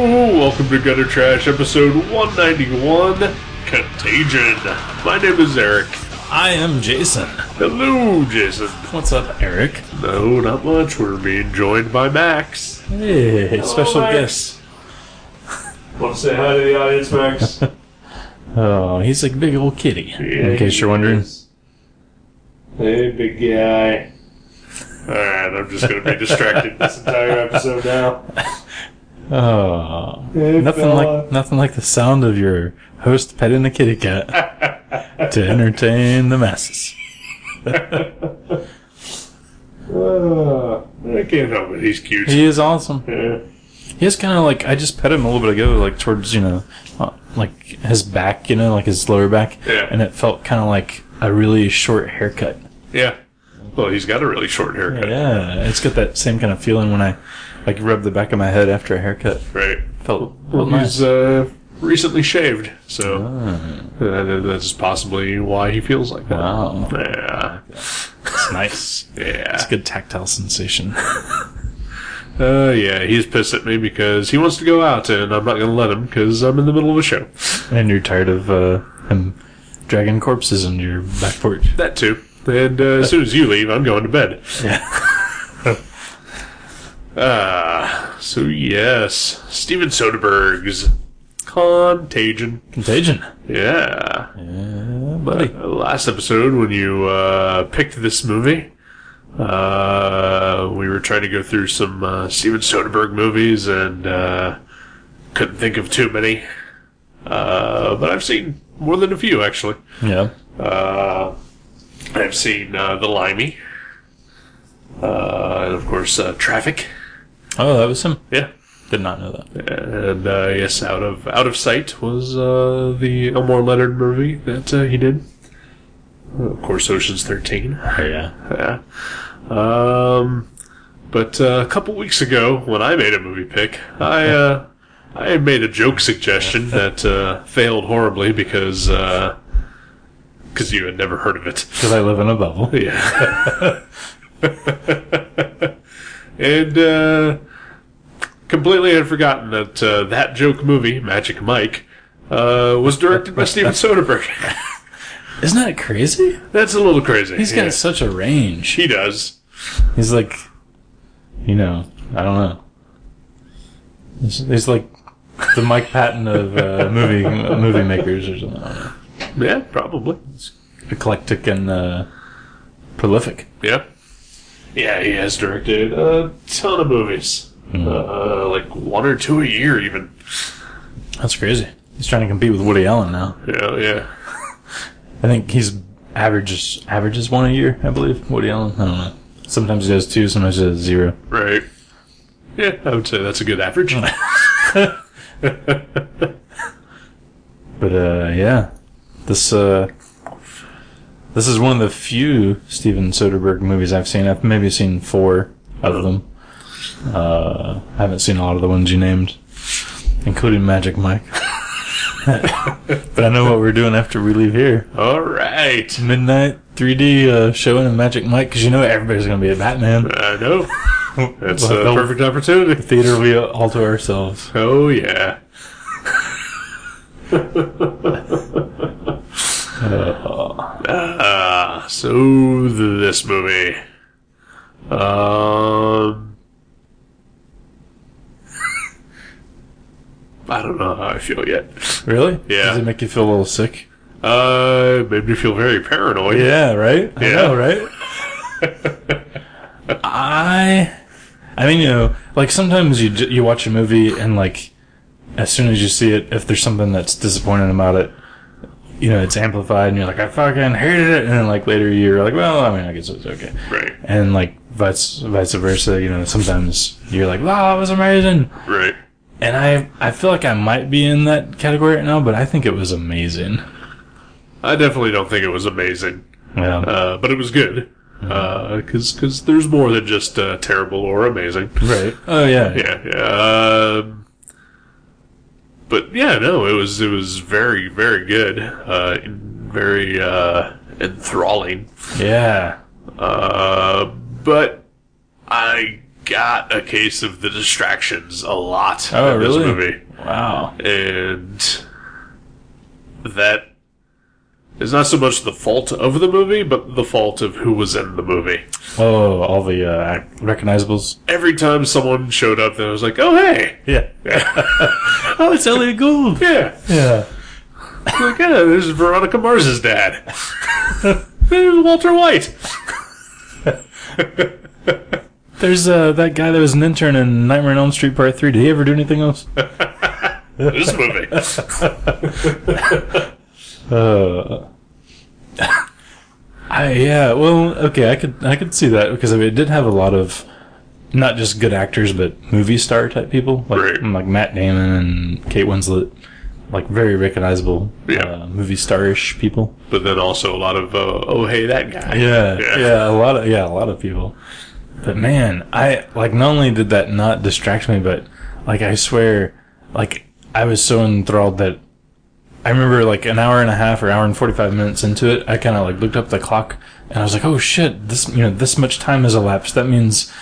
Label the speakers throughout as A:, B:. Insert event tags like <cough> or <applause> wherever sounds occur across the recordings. A: welcome to Gutter Trash, episode 191, Contagion. My name is Eric.
B: I am Jason.
A: Hello, Jason.
B: What's up, Eric?
A: No, not much. We're being joined by Max.
B: Hey, special
A: Max.
B: guest.
A: Want to say hi to the audience, Max?
B: Oh, he's a big old kitty. <laughs> in case you're wondering.
A: Hey, big guy. Alright, I'm just going to be distracted this entire episode now.
B: Oh,
A: Hey,
B: nothing
A: fella.
B: like nothing like the sound of your host petting a kitty cat <laughs> to entertain the masses.
A: Uh, I can't help it. He's cute.
B: He is awesome.
A: Yeah.
B: He is kind of like I just pet him a little bit ago, like towards you know, uh, like his back, you know, like his lower back,
A: Yeah.
B: and it felt kind of like a really short haircut.
A: yeah. Well, he's got a really short haircut.
B: Yeah, it's got that same kind of feeling when I like rub the back of my head after a haircut.
A: Right.
B: Felt,
A: Well,
B: felt nice.
A: he's
B: Ah.
A: uh, recently shaved, so uh, that's possibly why he feels like that.
B: Wow,
A: Yeah,
B: it's nice.
A: yeah,
B: It's a good tactile sensation.
A: uh, yeah. He's pissed at me because he wants to go out, and I'm not going to let him because I'm in the middle of a show.
B: <laughs> and you're tired of uh, him dragging corpses into your back porch.
A: That too. And uh, as soon as you leave, I'm going to bed.
B: Yeah.
A: Ah, so yes, Steven Soderbergh's Contagion.
B: Contagion.
A: Yeah.
B: Yeah, buddy.
A: Uh, Last episode, when you uh, picked this movie, uh, we were trying to go through some uh, Steven Soderbergh movies and uh, couldn't think of too many. Uh, but I've seen more than a few, actually.
B: Yeah.
A: Uh, I've seen uh, The Limey, uh, and of course, uh, Traffic.
B: Oh, that was him.
A: Yeah.
B: Did not know that.
A: And uh, yes, out of out of sight was uh, the Elmore Leonard movie that uh, he did. Of course, Ocean's Thirteen.
B: Oh, yeah.
A: Yeah. Um, but uh, a couple weeks ago, when I made a movie pick, I uh, I made a joke suggestion that uh, failed horribly because because you had never heard of it.
B: Because I live in a bubble.
A: Yeah. <laughs> and uh, completely had forgotten that uh, that joke movie, Magic Mike, uh, was directed by
B: <laughs>
A: Steven Soderbergh. <laughs>
B: Isn't that crazy?
A: That's a little crazy.
B: He's got
A: yeah.
B: such a range.
A: He does.
B: He's like, you know, I don't know. He's, he's like the Mike Patton of uh, movie movie makers or something. I don't know.
A: Yeah, probably.
B: Eclectic and uh, prolific.
A: Yeah. Yeah, he has directed a ton of movies.
B: Hmm.
A: Uh, like one or two a year, even.
B: That's crazy. He's trying to compete with Woody Allen now.
A: Yeah, yeah.
B: I think he's averages averages one a year, I believe. Woody Allen. I don't know. Sometimes he does two, sometimes he does zero.
A: Right. Yeah, I would say that's a good
B: <laughs>
A: average.
B: But uh, yeah, this uh, this is one of the few Steven Soderbergh movies I've seen. I've maybe seen four of them. Uh, I haven't seen a lot of the ones you named, including Magic Mike. <laughs> but I know what we're doing after we leave here.
A: All right.
B: Midnight 3D uh, showing of Magic Mike, because you know everybody's going to be at Batman.
A: I know. That's
B: Well,
A: a
B: that-
A: perfect opportunity.
B: Theater will be all to ourselves.
A: Oh <laughs> yeah. Ah, so th- this movie. Um, I don't know how I feel yet.
B: Really?
A: Yeah.
B: Does it make you feel a little sick?
A: Uh, it made me feel very paranoid.
B: Yeah, right? I
A: Yeah.
B: know, right? <laughs> I I mean, you know, like sometimes you ju- you watch a movie and like as soon as you see it if there's something that's disappointing about it, you know, it's amplified and you're like I fucking hated it and then like later you're like, well, I mean, I guess it was okay.
A: Right.
B: And like vice vice versa, you know, sometimes you're like, wow, it was amazing.
A: Right.
B: And I I feel like I might be in that category right now, but I think it was amazing.
A: I definitely don't think it was amazing,
B: Yeah.
A: uh, but it was good.
B: Mm-hmm.
A: Uh, cause, 'cause there's more than just uh, terrible or amazing.
B: right. Oh yeah.
A: yeah. yeah. Um, but yeah, no, it was it was very very good, uh, and very uh, enthralling.
B: Yeah.
A: Uh, but I got a case of the distractions a lot
B: Oh,
A: in
B: really?
A: this
B: Wow.
A: movie, and that is not so much the fault of the movie, but the fault of who was in the movie.
B: Oh, all the uh, act- recognizables.
A: Every time someone showed up, that was like, "Oh hey,
B: Yeah. <laughs> oh, it's Elliot Gould.
A: yeah,
B: Yeah.
A: like, yeah, there's Veronica Mars's dad. <laughs> there's Walter White.
B: There's uh, that guy that was an intern in Nightmare on Elm Street Part 3. Did he ever do anything else?
A: This movie."
B: Uh, I yeah. Well, okay, I could I could see that because I mean, it did have a lot of not just good actors but movie star type people like
A: Right.
B: like Matt Damon and Kate Winslet, like very recognizable
A: Yeah.
B: uh, movie starish people.
A: but then also a lot of uh, oh hey that guy
B: Yeah,
A: Yeah.
B: yeah, a lot of yeah, a lot of people. But man, I like not only did that not distract me, but like I swear, like I was so enthralled that I remember like an hour and a half or hour and forty five minutes into it, I kind of like looked up the clock and I was like, oh shit, this you know this much time has elapsed. That means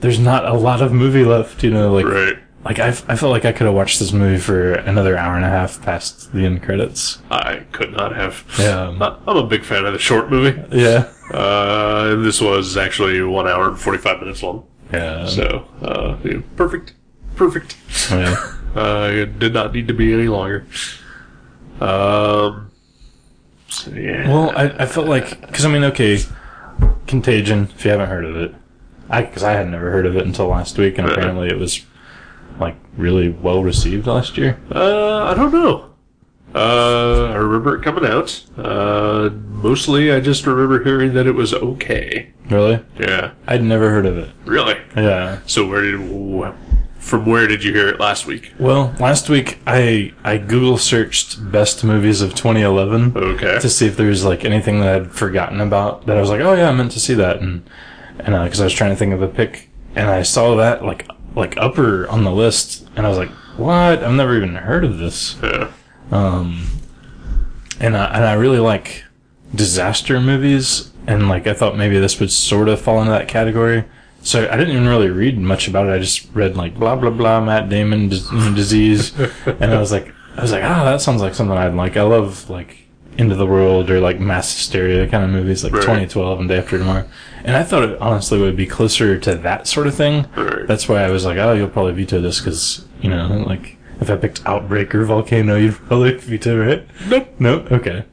B: there's not a lot of movie left. You know, like
A: right
B: like I, f- I felt like I could have watched this movie for another hour and a half past the end credits.
A: I could not have
B: Yeah,
A: I'm a big fan of the short movie <laughs>
B: yeah,
A: uh, and this was actually one hour and 45 minutes long
B: yeah.
A: so uh, yeah, perfect perfect
B: yeah.
A: uh, it did not need to be any longer um so, yeah
B: Well, I, I felt like because I mean, okay, Contagion. If you haven't heard of it, I because I had never heard of it until last week, and
A: Uh-uh.
B: apparently it was like really well received last year.
A: uh, I don't know uh, I remember it coming out uh, mostly I just remember hearing that it was okay
B: Really,
A: yeah
B: I'd never heard of it.
A: really
B: Yeah.
A: So where did wh- from where did you hear it last week?
B: Well, last week I I Google searched best movies of 2011
A: Okay.
B: to see if there was like anything that I'd forgotten about that I was like, oh yeah, I meant to see that, and and because I was trying to think of a pick, and I saw that like like upper on the list, and I was like, what? I've never even heard of this.
A: Yeah.
B: um, and I, and I really like disaster movies, and like I thought maybe this would sort of fall into that category. So I didn't even really read much about it. I just read like blah blah blah Matt Damon dis- you know, disease,
A: <laughs>
B: and I was like I was like ah that sounds like something I'd like. I love like Into the World or like Mass Hysteria kind of movies like
A: Right.
B: 2012 and Day After Tomorrow, and I thought it honestly would be closer to that sort of thing.
A: Right.
B: That's why I was like, oh, you'll probably veto this because you know, like if I picked Outbreak or Volcano, you'd <laughs> probably veto it.
A: Nope.
B: Nope. Okay.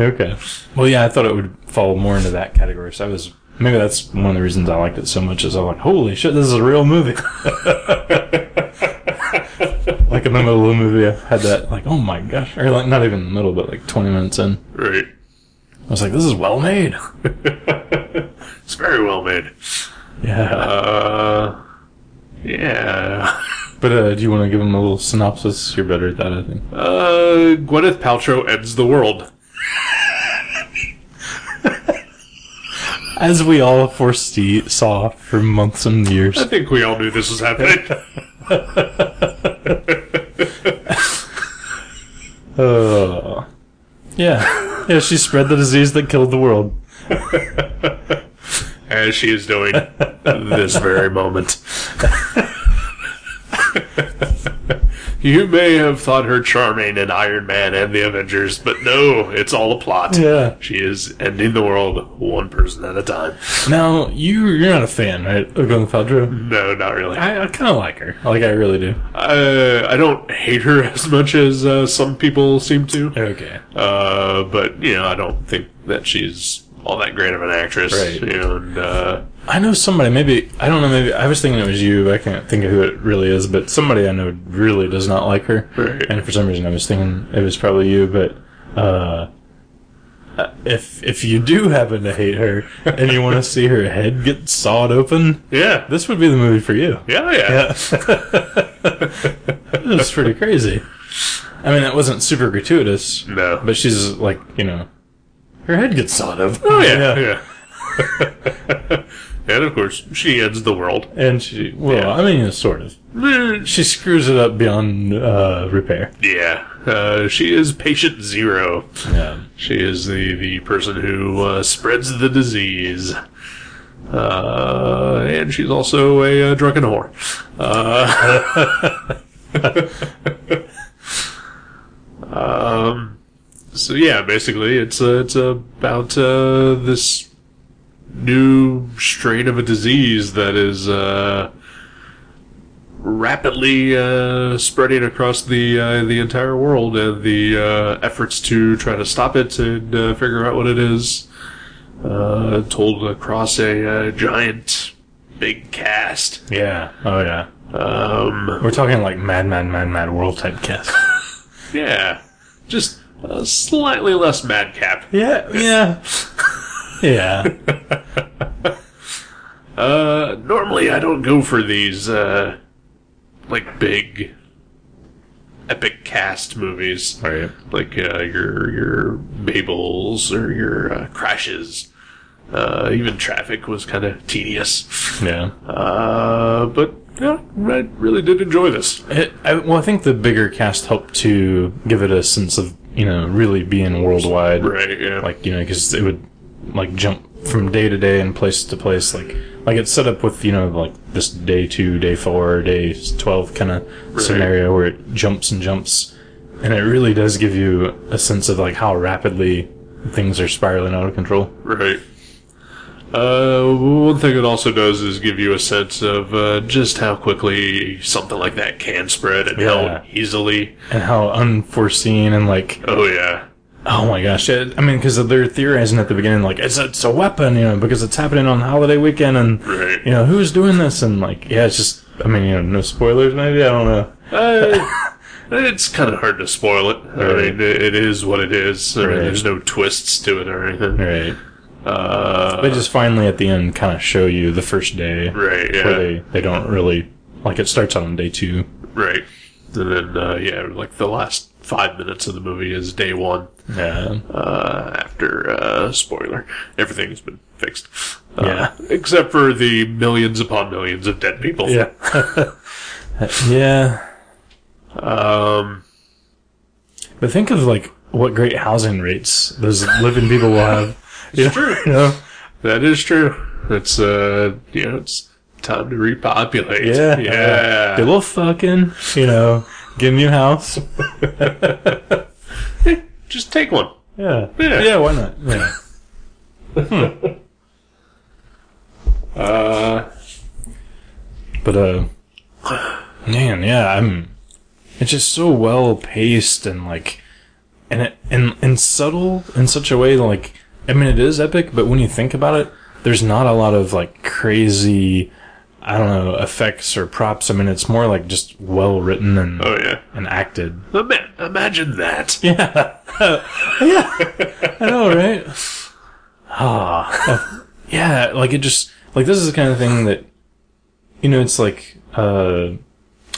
B: Okay. Well, yeah, I thought it would fall more into that category. So I was maybe that's one of the reasons I liked it so much. Is I'm like, holy shit, this is a real movie. <laughs> like in the middle of the movie, I had that like, oh my gosh, or like not even in the middle, but like 20 minutes in,
A: Right.
B: I was like, this is well made.
A: <laughs>
B: <laughs>
A: It's very well made.
B: Yeah.
A: Uh. Yeah.
B: But uh, do you want to give him a little synopsis? You're better at that, I think.
A: Uh. Gwyneth Paltrow ends the world.
B: As we all foresee saw for months and years.
A: I think we all knew this was <laughs> happening.
B: Uh, yeah. Yeah, she spread the disease that killed the world.
A: As she is
B: <laughs>
A: doing this very moment. you may have thought her charming in Iron Man and the Avengers, but no, it's all a plot.
B: Yeah.
A: She is ending the world one person at a time.
B: Now, you, you're not a fan, right, of Gwyneth Paltrow?
A: No, not really.
B: Mm-hmm. I, I kind of like her. Like, I really do.
A: Uh, I don't hate her as much as uh, some people seem to.
B: Okay.
A: Uh, but you know, I don't think that she's all that great of an actress.
B: Right.
A: You know, and uh,
B: I know somebody, maybe, I don't know, maybe, I was thinking it was you, but I can't think of who it really is, but somebody I know really does not like her.
A: Right.
B: And for some reason, I was thinking it was probably you, but, uh,. uh, If if you do happen to hate her and you want to see her head get sawed open,
A: yeah,
B: this would be the movie for you.
A: yeah, yeah,
B: <laughs> Yeah. it was pretty crazy. I mean, that wasn't super gratuitous,
A: No.
B: but she's like, you know, her head gets sawed off.
A: oh yeah, yeah. <laughs> and of course, she ends the world.
B: And she, well,
A: Yeah.
B: I mean, sort of.
A: Eh,
B: She screws it up beyond uh, repair.
A: Yeah, uh, she is patient zero.
B: Yeah.
A: She is the the person who uh, spreads the disease. Uh, and she's also a uh, drunken whore. Uh, <laughs> um, so yeah, basically, it's uh, it's about uh, this new strain of a disease that is uh, rapidly uh, spreading across the uh, the entire world, and the uh, efforts to try to stop it and uh, figure out what it is uh, told across a uh, giant big cast.
B: Yeah. Oh yeah.
A: Um,
B: We're talking like Mad Mad Mad Mad World type cast.
A: yeah, just uh, slightly less madcap.
B: yeah. Yeah. yeah.
A: Uh, normally I don't go for these, uh, like big, epic cast movies,
B: All <laughs> right.
A: like uh, your your Babels or your uh, Crashes. Uh, even Traffic was kind of tedious.
B: Yeah.
A: Uh, but yeah, I really did enjoy this.
B: It, I, well, I think the bigger cast helped to give it a sense of you know really being worldwide,
A: Right? Yeah.
B: like you know because it would like jump from day to day and place to place, like like it's set up with you know like this day two, day four, day twelve kind of scenario where it jumps and jumps, and it really does give you a sense of like how rapidly things are spiraling out of control.
A: Right. Uh, one thing it also does is give you a sense of uh, just how quickly something like that can spread and
B: Yeah.
A: how easily.
B: And how unforeseen and like
A: Oh yeah,
B: Oh my gosh! it- I mean, because they're theorizing at the beginning, like it's a, it's a weapon, you know, because it's happening on holiday weekend, and
A: Right.
B: you know who's doing this, and like yeah, it's just I mean, you know, no spoilers, maybe I don't know.
A: Uh, it's kind of hard to spoil it. I
B: Right.
A: mean, it it is what it is. I mean,
B: Right.
A: there's no twists to it or anything.
B: Right.
A: Uh,
B: They just finally at the end kind of show you the first day
A: right, yeah,
B: where they they don't really like it starts on day two.
A: right. And then, uh, yeah, like the last five minutes of the movie is day one.
B: Yeah.
A: Uh, after uh, spoiler, everything's been fixed. Uh,
B: Yeah.
A: except for the millions upon millions of dead people.
B: Yeah. <laughs> yeah.
A: Um,
B: But think of like what great housing rates those living people will have.
A: it's true.
B: You know.
A: That is true. It's uh, you know, it's time to repopulate.
B: Yeah.
A: yeah.
B: They will fucking, you know, get a new house.
A: Just take one.
B: Yeah.
A: Yeah.
B: why not? Yeah.
A: Uh,
B: But, uh, man, yeah, I'm, it's just so well paced and like, and it, and, and subtle in such a way, like, I mean, it is epic, but when you think about it, there's not a lot of like crazy, I don't know, effects or props. I mean, it's more like just well written and,
A: oh yeah.
B: and acted.
A: Ima- imagine that.
B: Yeah. yeah. I know, Oh, right? Ah. <laughs> yeah, like it just like this is the kind of thing that you know, it's like uh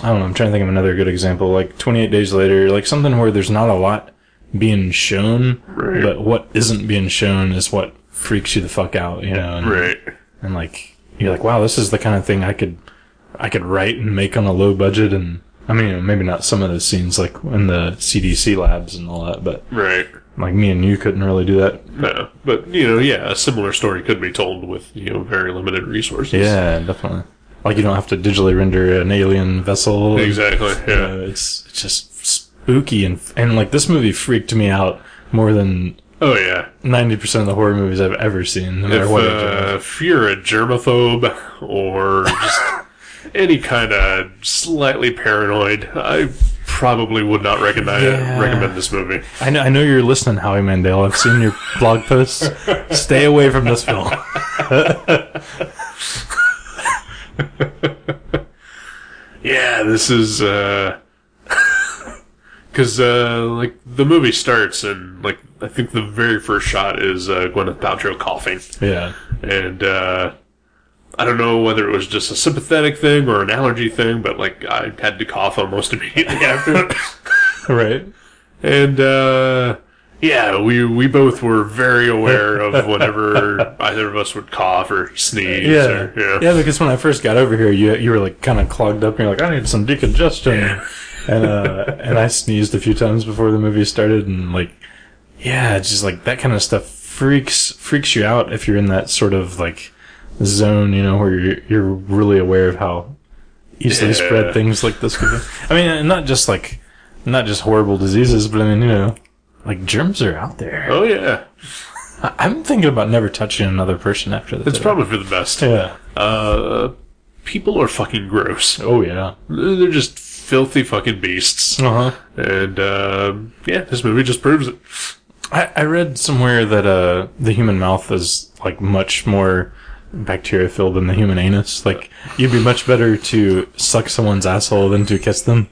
B: I don't know, I'm trying to think of another good example. Like 28 days later, like something where there's not a lot being shown,
A: Right.
B: but what isn't being shown is what freaks you the fuck out, you know. And,
A: Right.
B: and like you're like, wow, this is the kind of thing I could I could write and make on a low budget and I mean, you know, maybe not some of those scenes like in the CDC labs and all that, but
A: Right.
B: like me and you couldn't really do that.
A: No. But you know, yeah, a similar story could be told with you know very limited resources.
B: Yeah, definitely. Like you don't have to digitally render an alien vessel.
A: Exactly.
B: You
A: Yeah.
B: know, it's it's just spooky and and like this movie freaked me out more than
A: Oh yeah.
B: ninety percent of the horror movies I've ever seen. No matter
A: If,
B: what.
A: uh, if you're a germaphobe or just any kind of slightly paranoid, I probably would not recognize
B: Yeah.
A: recommend this movie.
B: I know I know you're listening, Howie Mandel. I've
A: <laughs>
B: seen your blog posts. Stay away from this film.
A: Yeah, this is <laughs> because uh, like the movie starts and like I think the very first shot is uh, Gwyneth Paltrow coughing,
B: Yeah.
A: and uh, I don't know whether it was just a sympathetic thing or an allergy thing, but like I had to cough almost <laughs> immediately after.
B: Right.
A: and uh, yeah, we we both were very aware
B: <laughs>
A: of whenever either of us would cough or sneeze.
B: Yeah.
A: or,
B: yeah. because when I first got over here, you you were like kind of clogged up, and you're like, I need some decongestion, and uh, and I sneezed a few times before the movie started, and like, yeah, it's just like that kind of stuff freaks freaks you out if you're in that sort of like zone, you know, where you're you're really aware of how easily
A: Yeah.
B: spread things like this could be. I mean, and not just like not just horrible diseases, but I mean, you know, like germs are out there.
A: Oh yeah,
B: I- I'm thinking about never touching another person after this.
A: it's probably for the best.
B: yeah.
A: Uh, people are fucking gross.
B: Oh yeah.
A: They're just filthy fucking beasts.
B: Uh huh.
A: And um, yeah, this movie just proves it.
B: I, I read somewhere that uh, the human mouth is like much more bacteria filled than the human anus. Like you'd be much better to suck someone's asshole than to kiss them,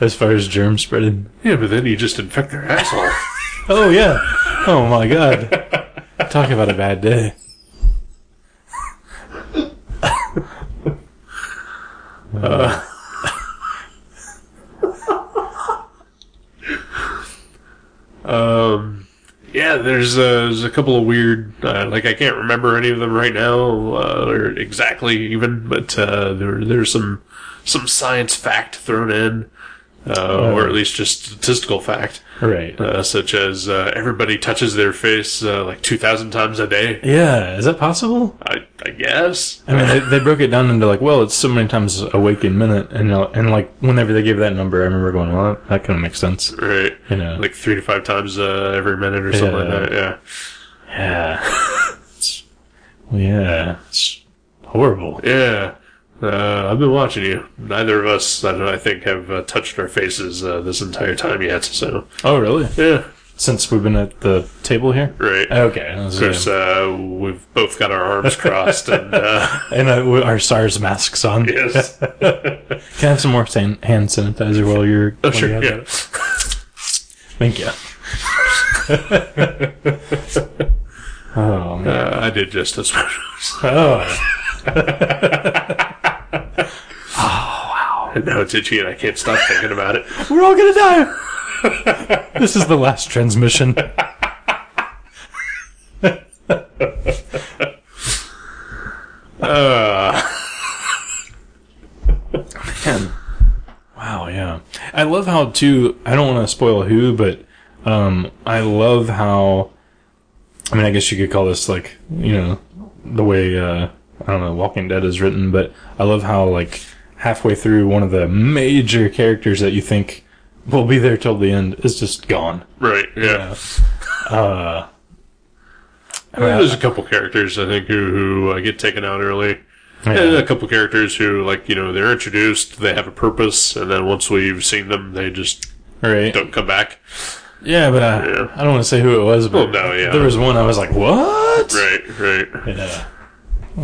B: as far as germ spreading.
A: Yeah, but then you just infect their
B: <laughs>
A: asshole.
B: Oh yeah. Oh my <laughs> god. Talk about a bad day.
A: Um, yeah, there's, uh, there's a couple of weird, uh, like I can't remember any of them right now, uh, or exactly even, but uh, there there's some some science fact thrown in, uh, or at least just statistical fact,
B: Right.
A: uh, such as uh, everybody touches their face uh, like two thousand times a day.
B: Yeah. Is that possible?
A: I, I guess.
B: I mean, they, they broke it down into like, well, it's so many times a waking minute, and uh, and like whenever they gave that number, I remember going, well, that kind of makes sense.
A: Right,
B: You know.
A: like three to five times uh, every minute or something
B: Yeah.
A: like that. Yeah,
B: Yeah. <laughs> It's- yeah. It's horrible.
A: yeah. Uh, I've been watching you. Neither of us, I, I think, have uh, touched our faces uh, this entire time yet. So
B: Oh, really?
A: yeah,
B: Since we've been at the table here?
A: right. Of
B: Okay. that was
A: course,
B: good.
A: uh, we've both got our arms crossed, and uh,
B: And uh, with our SARS masks on.
A: yes,
B: Can I have some more san- hand sanitizer while you're.
A: oh
B: while you
A: sure,
B: have
A: yeah.
B: that? Thank you. oh, man.
A: Uh, I did just as much.
B: Oh.
A: and now it's itchy, and I can't stop thinking about it.
B: We're all gonna die! this is the last transmission.
A: Uh,
B: Wow, yeah. I love how too I don't want to spoil who, but um I love how I mean I guess you could call this like, you know, the way uh I don't know, Walking Dead is written, but I love how like halfway through one of the major characters that you think will be there till the end is just gone.
A: right, yeah.
B: I mean,
A: Well,
B: I-
A: there's a couple characters I think who who uh, get taken out early. And
B: yeah.
A: a couple characters who, like, you know, they're introduced, they have a purpose, and then once we've seen them, they just
B: Right.
A: don't come back.
B: Yeah, but I,
A: Yeah.
B: I don't want to say who it was, but
A: Well, no, yeah.
B: there was one I was like, "What?"
A: Right, right.
B: Yeah.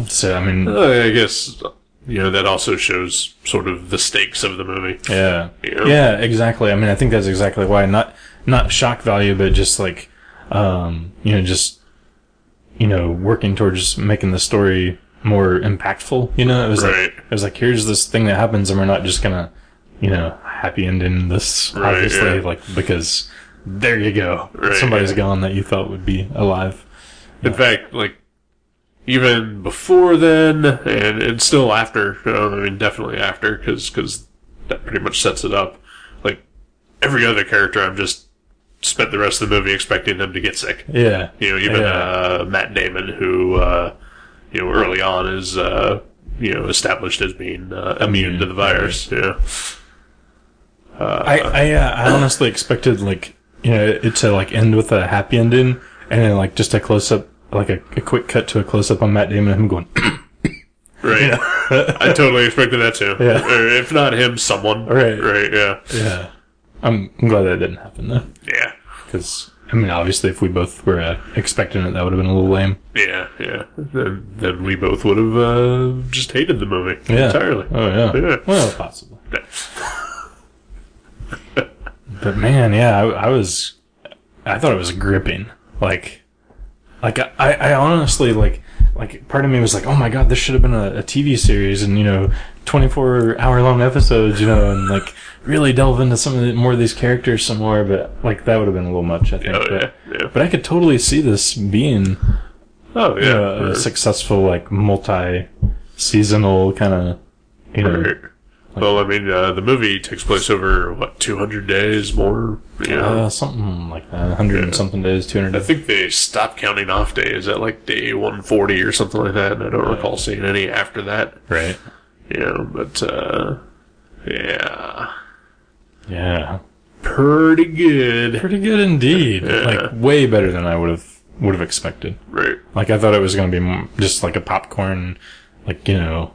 B: So I mean,
A: Uh, I guess, you know, that also shows sort of the stakes of the movie.
B: Yeah.
A: Yeah.
B: Yeah, exactly. I mean, I think that's exactly why not not shock value, but just like um, you know, just you know, working towards making the story more impactful. You know, it was
A: Right.
B: like it was like here's this thing that happens, and we're not just gonna you know happy ending this
A: Right,
B: obviously
A: yeah.
B: like because there you go
A: Right,
B: somebody's
A: yeah.
B: gone that you thought would be alive.
A: In fact, like, even before then, and, and still after, uh, I mean, definitely after, because that pretty much sets it up. Like, every other character, I've just spent the rest of the movie expecting them to get sick.
B: Yeah.
A: You know, even
B: Yeah.
A: uh, Matt Damon, who uh, you know early on is uh, you know established as being uh, immune to the virus. Yeah,
B: I I, uh, I honestly expected like you know it to like end with a happy ending and then like just a close up like a, a quick cut to a close up on Matt Damon and him going
A: right.
B: <laughs>
A: I totally expected that too.
B: Yeah.
A: Or if not him, someone.
B: Right.
A: Right. Yeah.
B: yeah I'm, I'm glad that didn't happen though
A: Yeah.
B: because I mean obviously if we both were uh, expecting it that would have been a little lame
A: Yeah. Yeah. Then, then we both would have uh, just hated the movie
B: yeah
A: entirely.
B: oh yeah,
A: <laughs> Yeah.
B: well possibly but man yeah I, I was I thought it was gripping like like I, I I honestly like like part of me was like oh my god this should have been a, a tv series and you know 24 hour long episodes you know and like really delve into some of the, more of these characters some more but like that would have been a little much i think
A: Oh
B: but,
A: yeah. Yeah.
B: but i could totally see this being
A: oh yeah.
B: a,
A: Or-
B: a successful like multi seasonal kind of you know
A: or- Well, I mean, uh, the movie takes place over what 200 days more. You know?
B: Uh, something like that. 100 and
A: Yeah.
B: something days, 200
A: I
B: days.
A: think they stopped counting off days at like day 140 or something like that, and I don't recall seeing any after that.
B: Right.
A: You know, but uh, yeah,
B: Yeah.
A: pretty good.
B: Pretty good indeed.
A: Yeah.
B: Like, way better than I would have would have expected.
A: Right?
B: Like I thought it was going to be m- just like a popcorn, like you know.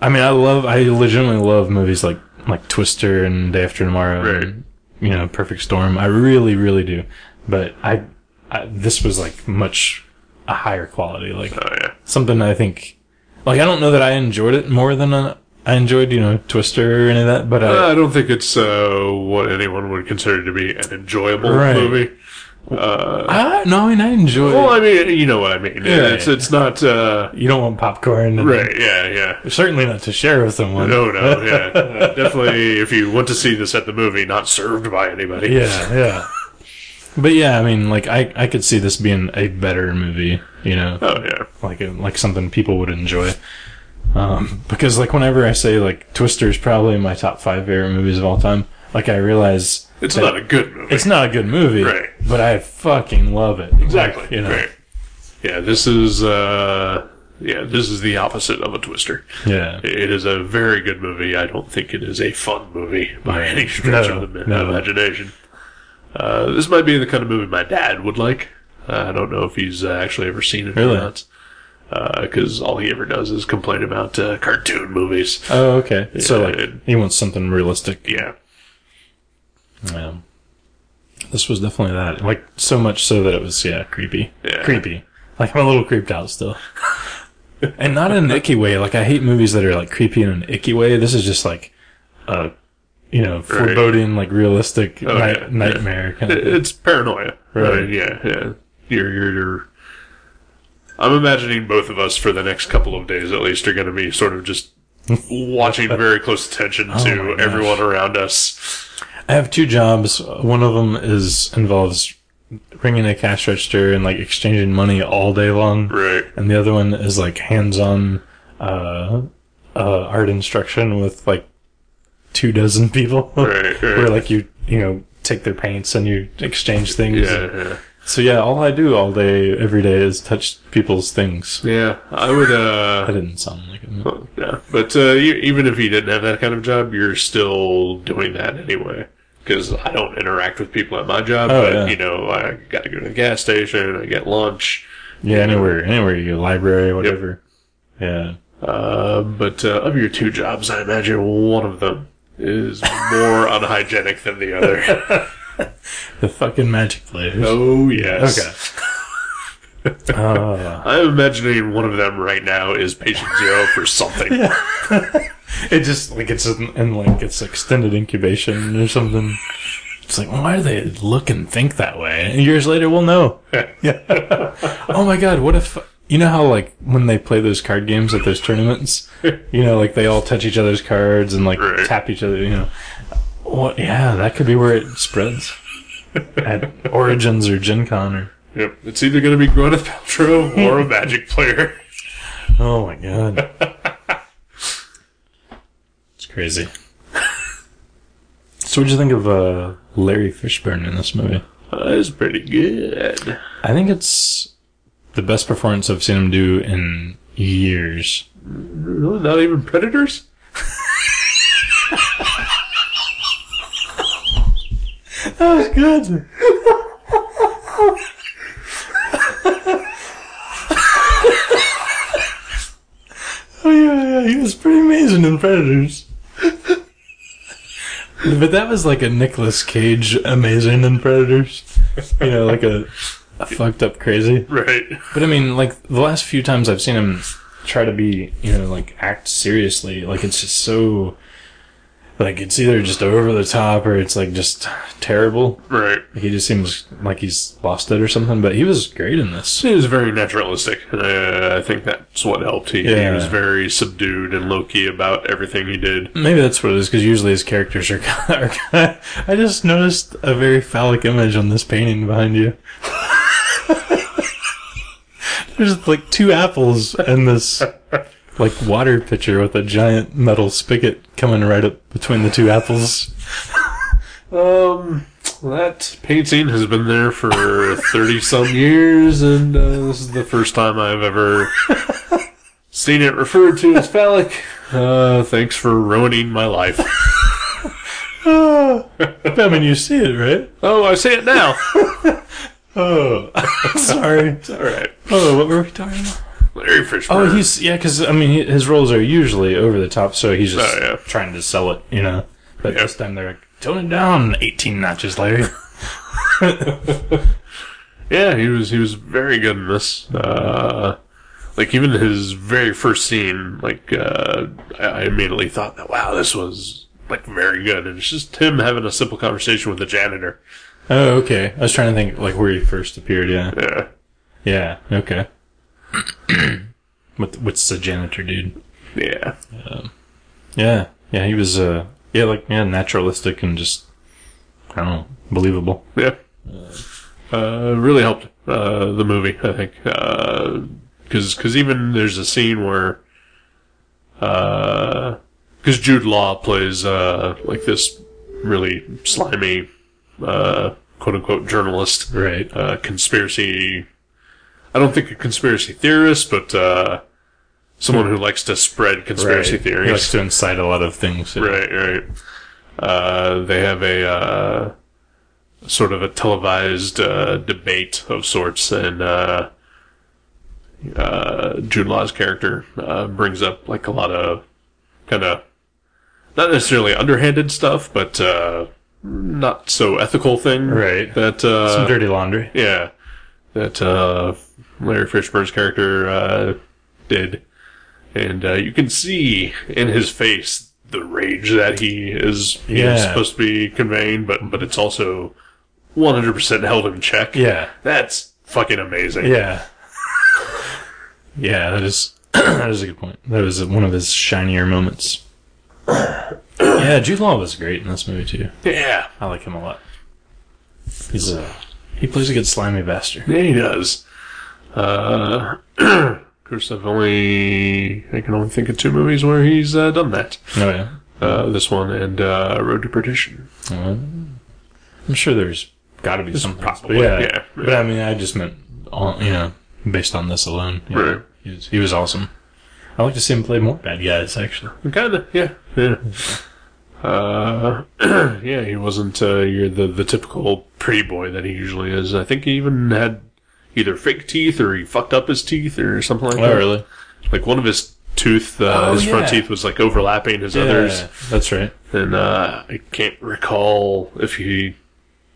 B: I mean, I love, I legitimately love movies like like Twister and Day After Tomorrow,
A: Right.
B: and, you know, Perfect Storm. I really, really do. But I, I, this was like much a higher quality, like
A: Oh yeah.
B: something I think, like I don't know that I enjoyed it more than uh, I enjoyed, you know, Twister or any of that. But I,
A: Uh, I don't think it's uh, what anyone would consider to be an enjoyable
B: Right.
A: movie. Uh,
B: I no, I mean, I enjoyed.
A: well, I mean, you know what I mean.
B: Yeah,
A: it's
B: yeah.
A: it's not uh,
B: you don't want popcorn, and
A: right. Yeah, yeah.
B: Certainly not to share with someone.
A: No, no, yeah,
B: <laughs>
A: Uh, definitely. If you want to see this at the movie, not served by anybody.
B: Yeah, yeah. But yeah, I mean, like I, I could see this being a better movie, you know,
A: Oh yeah.
B: like a, like something people would enjoy. Um, because like whenever I say like Twister is probably my top five favorite movies of all time, like I realize
A: It's
B: that
A: not a good movie.
B: it's not a good movie,
A: Right.
B: But I fucking love it.
A: exactly.
B: Like, you know,
A: Right. Yeah, this is uh, yeah, this is the opposite of a twister.
B: yeah.
A: It is a very good movie. I don't think it is a fun movie by <laughs>
B: Right.
A: any stretch
B: No,
A: of the
B: no.
A: imagination. Uh, this might be the kind of movie my dad would like. Uh, I don't know if he's uh, actually ever seen it
B: Really?
A: or not. Because all he ever does is complain about uh, cartoon movies.
B: Oh, okay. so like
A: it-
B: he wants something realistic.
A: Yeah.
B: Yeah. This was definitely that. Like so much so that it was yeah, creepy.
A: Yeah.
B: Creepy. Like I'm a little creeped out still. <laughs> and not in an icky way. Like I hate movies that are like creepy in an icky way. This is just like a you know, foreboding, like realistic
A: Oh,
B: night-
A: yeah, yeah.
B: nightmare kind of
A: It- It's paranoia.
B: Right.
A: I mean, yeah, yeah. You're, you're, you're. I'm imagining both of us for the next couple of days at least are going to be sort of
B: <laughs>
A: just watching very close attention
B: Oh my
A: to
B: gosh.
A: everyone around us.
B: I have two jobs. One of them is involves ringing a cash register and like exchanging money all day long.
A: Right.
B: and the other one is like hands-on uh, uh, art instruction with like two dozen people, <laughs>
A: Right, right.
B: where like you you know take their paints and you exchange things.
A: Yeah, yeah.
B: So yeah, all I do all day every day is touch people's things.
A: Yeah, I would,
B: That
A: uh.
B: didn't sound like it.
A: Yeah. But uh, you, even if you didn't have that kind of job, you're still doing that anyway. Because I don't interact with people at my job,
B: Oh,
A: but,
B: yeah.
A: you know, I got to go to the gas station, I get lunch.
B: Yeah, anywhere, anywhere you go, library, whatever. Yeah.
A: Uh, but uh, of your two jobs, I imagine one of them is <laughs> more unhygienic than the other.
B: The fucking magic players.
A: oh yes.
B: Okay.
A: <laughs>
B: Uh,
A: I'm imagining one of them right now is patient zero for <laughs> something.
B: it just like it's in, in like it's extended incubation or something. It's like why do they look and think that way? And years later, we'll know. Yeah. oh my god, what if you know how like when they play those card games at those tournaments, you know, like they all touch each other's cards and like
A: Right.
B: tap each other. You know, what? Yeah, that could be where it spreads at Origins or Gen Con or.
A: Yep. It's either going to be Gwyneth Paltrow or a magic player.
B: Oh my god. <laughs> it's crazy. so what'd you think of uh, Larry Fishburne in this movie?
A: That's pretty good.
B: I think it's the best performance I've seen him do in years.
A: Really, not even predators.
B: That was good. oh yeah, yeah, he was pretty amazing in Predators. but that was like a Nicolas Cage amazing in Predators. You know, like a, a fucked up crazy.
A: Right.
B: But I mean, like the last few times I've seen him try to be, you know, like act seriously, like it's just so like it's either just over the top or it's like just terrible.
A: Right.
B: He just seems like he's lost it or something, but he was great in this.
A: He was very naturalistic. Uh, I think that's what helped. He,
B: Yeah.
A: he was very subdued and low key about everything he did.
B: Maybe that's what it is because usually his characters are. <laughs> are I just noticed a very phallic image on this painting behind you. <laughs> There's like two apples in this like water pitcher with a giant metal spigot coming right up between the two apples. <laughs>
A: Um, that paint scene has been there for <laughs> 30 some years, and uh, this is the first time I've <laughs> ever seen it referred to as phallic. Uh, thanks for ruining my life.
B: Oh, I mean, you see it, right? <laughs>
A: Oh, I see it now.
B: Oh, sorry.
A: <laughs> All right.
B: <laughs> Oh, what were we talking about?
A: Larry Fishburne.
B: Oh, he's yeah, because I mean, he- his roles are usually over the top, so he's just
A: Oh, yeah.
B: trying to sell it, you know. But
A: Yeah.
B: this time they're like, tone it down, eighteen notches, Larry. <laughs>
A: Yeah, he was he was very good in this. Uh, like even his very first scene, like uh, I I immediately thought that wow, this was like very good, and it's just him having a simple conversation with the janitor.
B: oh, okay. I was trying to think like where he first appeared. Yeah,
A: Yeah,
B: yeah, okay. <clears throat> What, what's the janitor dude?
A: yeah,
B: Yeah, yeah, he was uh, yeah, like yeah, naturalistic and just I don't know, believable.
A: yeah. Uh, really helped uh, the movie, I think, because even there's a scene where because Jude Law plays uh, like this really slimy uh, quote unquote journalist.
B: Right.
A: uh, conspiracy. I don't think a conspiracy theorist, but uh, someone who likes to spread conspiracy
B: Right. He likes
A: theories.
B: to incite a lot of things. you know.
A: <laughs> Right, right. Uh, they have a uh, sort of a televised uh, debate of sorts, and uh, uh, Jude Law's character uh, brings up like a lot of kind of not necessarily underhanded stuff, but uh, not so ethical thing.
B: Right.
A: That uh,
B: Some dirty laundry.
A: yeah, that uh, Larry Fishburne's character uh, did, and uh, you can see in his face the rage that he is he is
B: Yeah.
A: supposed to be conveying, but but it's also 100% held in check.
B: Yeah.
A: that's fucking amazing.
B: Yeah. yeah, that is <clears throat> that is a good point. That was one of his shinier moments. yeah, Jude Law was great in this movie too.
A: yeah,
B: I like him a lot. He's a he plays a good slimy bastard.
A: Yeah, he does. Uh, <clears throat> of course, I've only I can only think of two movies where he's uh, done that.
B: Oh yeah.
A: Uh, this one and uh, Road to Perdition.
B: Uh, I'm sure there's got to be some
A: probably,
B: but yeah.
A: yeah.
B: But I mean, I just meant all, you know based on this alone. you know,
A: Right.
B: He was, he was awesome. I like to see him play more bad guys actually.
A: Kinda, yeah, yeah. Uh, <clears throat> yeah, he wasn't uh, your, the the typical pretty boy that he usually is. I think he even had either fake teeth or he fucked up his teeth or something like that.
B: Oh, really?
A: Like one of his tooth, uh,
B: Oh,
A: his front
B: yeah.
A: teeth was like overlapping his others,
B: Yeah, that's right.
A: and uh, I can't recall if he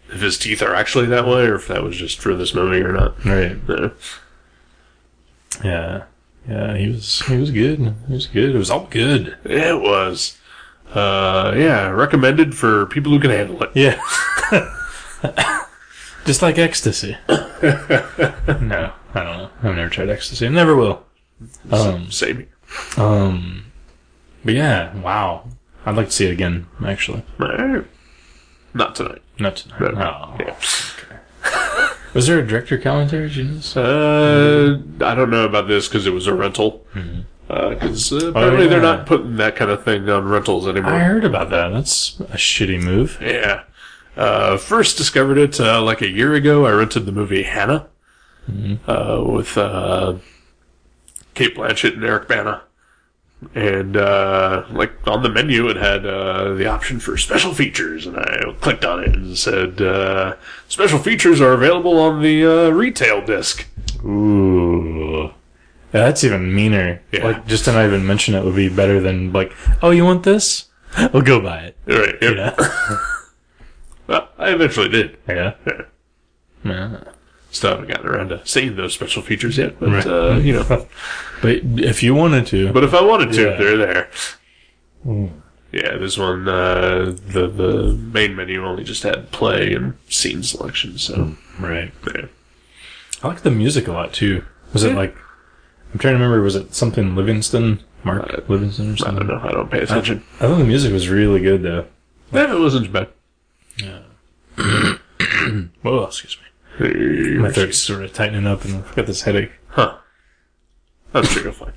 A: if his teeth are actually that way or if that was just for this movie or not.
B: Right.
A: Yeah.
B: Yeah. Yeah, he was he was good. He was good. It was all good.
A: It was, uh, yeah, recommended for people who can handle it.
B: Yeah. <laughs> Just like ecstasy. <laughs> no, I don't know. I've never tried ecstasy. I never will. Um,
A: Same here.
B: um But yeah, wow. I'd like to see it again, actually.
A: Alright. Not tonight.
B: Not tonight.
A: No.
B: Oh.
A: Yeah.
B: <laughs> Was there a director commentary, did you notice?
A: Uh, I don't know about this because it was a rental. Because uh, apparently they're
B: yeah.
A: not putting that kind of thing on rentals anymore.
B: I heard about that. That's a shitty move.
A: yeah. Uh, first discovered it uh, like a year ago. I rented the movie Hannah
B: Mm-hmm.
A: uh, with uh, Kate Blanchett and Eric Bana. And uh, like on the menu, it had uh, the option for special features, and I clicked on it and said, uh, "Special features are available on the uh, retail disc."
B: Ooh. Yeah, that's even meaner.
A: Yeah.
B: Like, just to not even mention it would be better than, like, oh, you want this? Well, go buy it.
A: Right. Yep.
B: Yeah.
A: Well, I eventually did.
B: yeah. Yeah.
A: Still haven't gotten around to seeing those special features yet, but
B: Right.
A: uh, you know.
B: But if you wanted to,
A: But if I wanted to,
B: Yeah.
A: they're there. Yeah, this one, uh, the the main menu only just had play and scene selection, so
B: right.
A: yeah.
B: I like the music a lot too. Was it
A: Yeah.
B: like? I'm trying to remember. Was it something Livingston, Mark Livingston, or
A: I don't
B: something?
A: know. I don't pay attention.
B: I thought the music was really good though.
A: Yeah, it wasn't bad.
B: Whoa, excuse me. My throat's sort of tightening up, and I've got this headache.
A: Huh. I'm sure you'll find.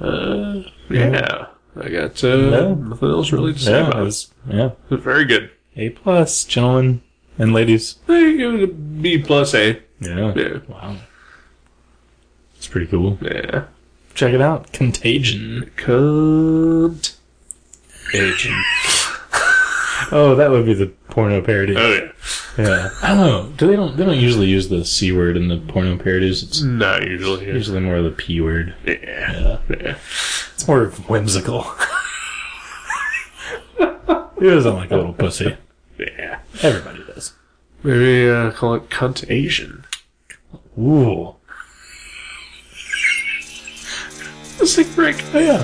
A: Uh, yeah. I got uh,
C: No.
A: nothing else really to say
C: yeah,
A: about
C: it
A: it.
C: was yeah.
A: Very good.
C: A plus, gentlemen and ladies.
A: I give it a B plus A.
C: Yeah.
A: Yeah.
C: Wow. It's pretty cool.
A: Yeah.
C: Check it out. Contagion.
A: Cunt.
B: <laughs>
C: Agent. oh, that would be the porno parody.
A: Oh yeah.
C: Yeah. <laughs> I don't know. Do they don't they don't usually use the C word in the porno parodies. It's
A: Not usually.
C: usually more of the P word.
A: Yeah.
C: Yeah.
A: yeah.
C: It's more whimsical. he doesn't like a little pussy.
A: Yeah.
C: Everybody does.
A: Maybe uh, call it cunt Asian.
C: Ooh.
A: Let's take a break.
C: Yeah.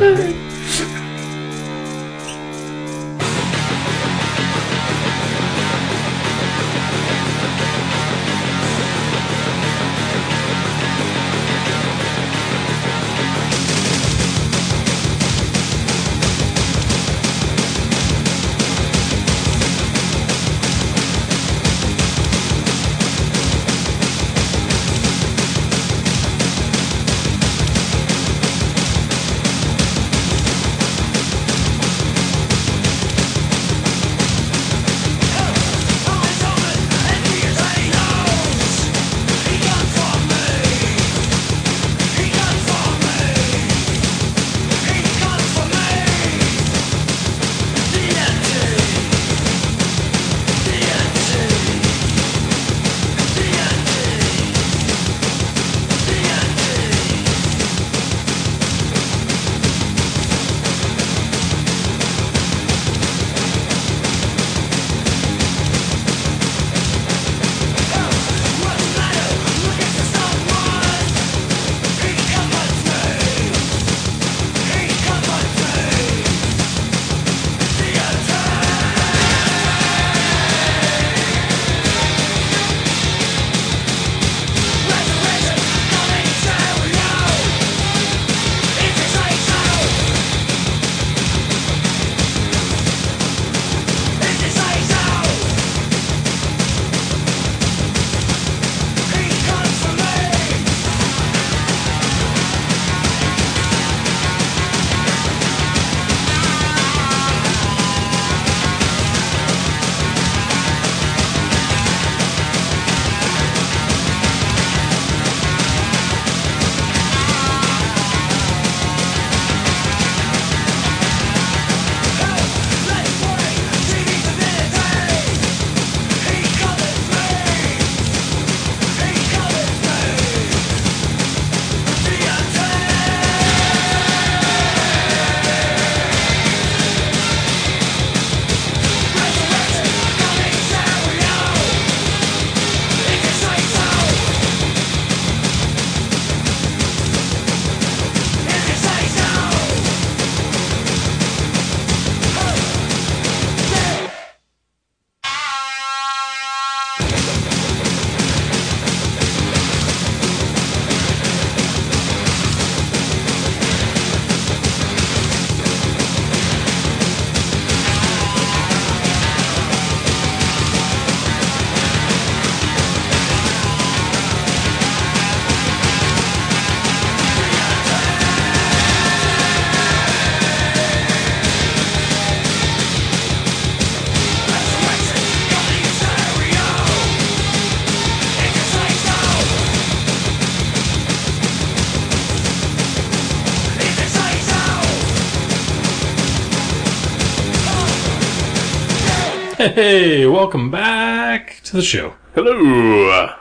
C: Hey, welcome back to the show.
A: Hello.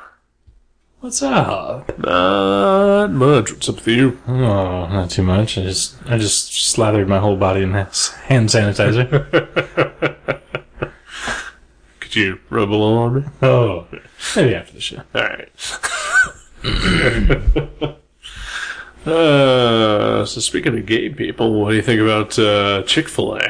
C: What's up?
A: Not much. What's up with you?
C: Oh, not too much. I just I just slathered my whole body in s- hand <laughs> sanitizer.
A: Could you rub a little on me?
C: oh, maybe after the show.
A: All right. <laughs> uh, so speaking of gay people, what do you think about uh, Chick Fil A?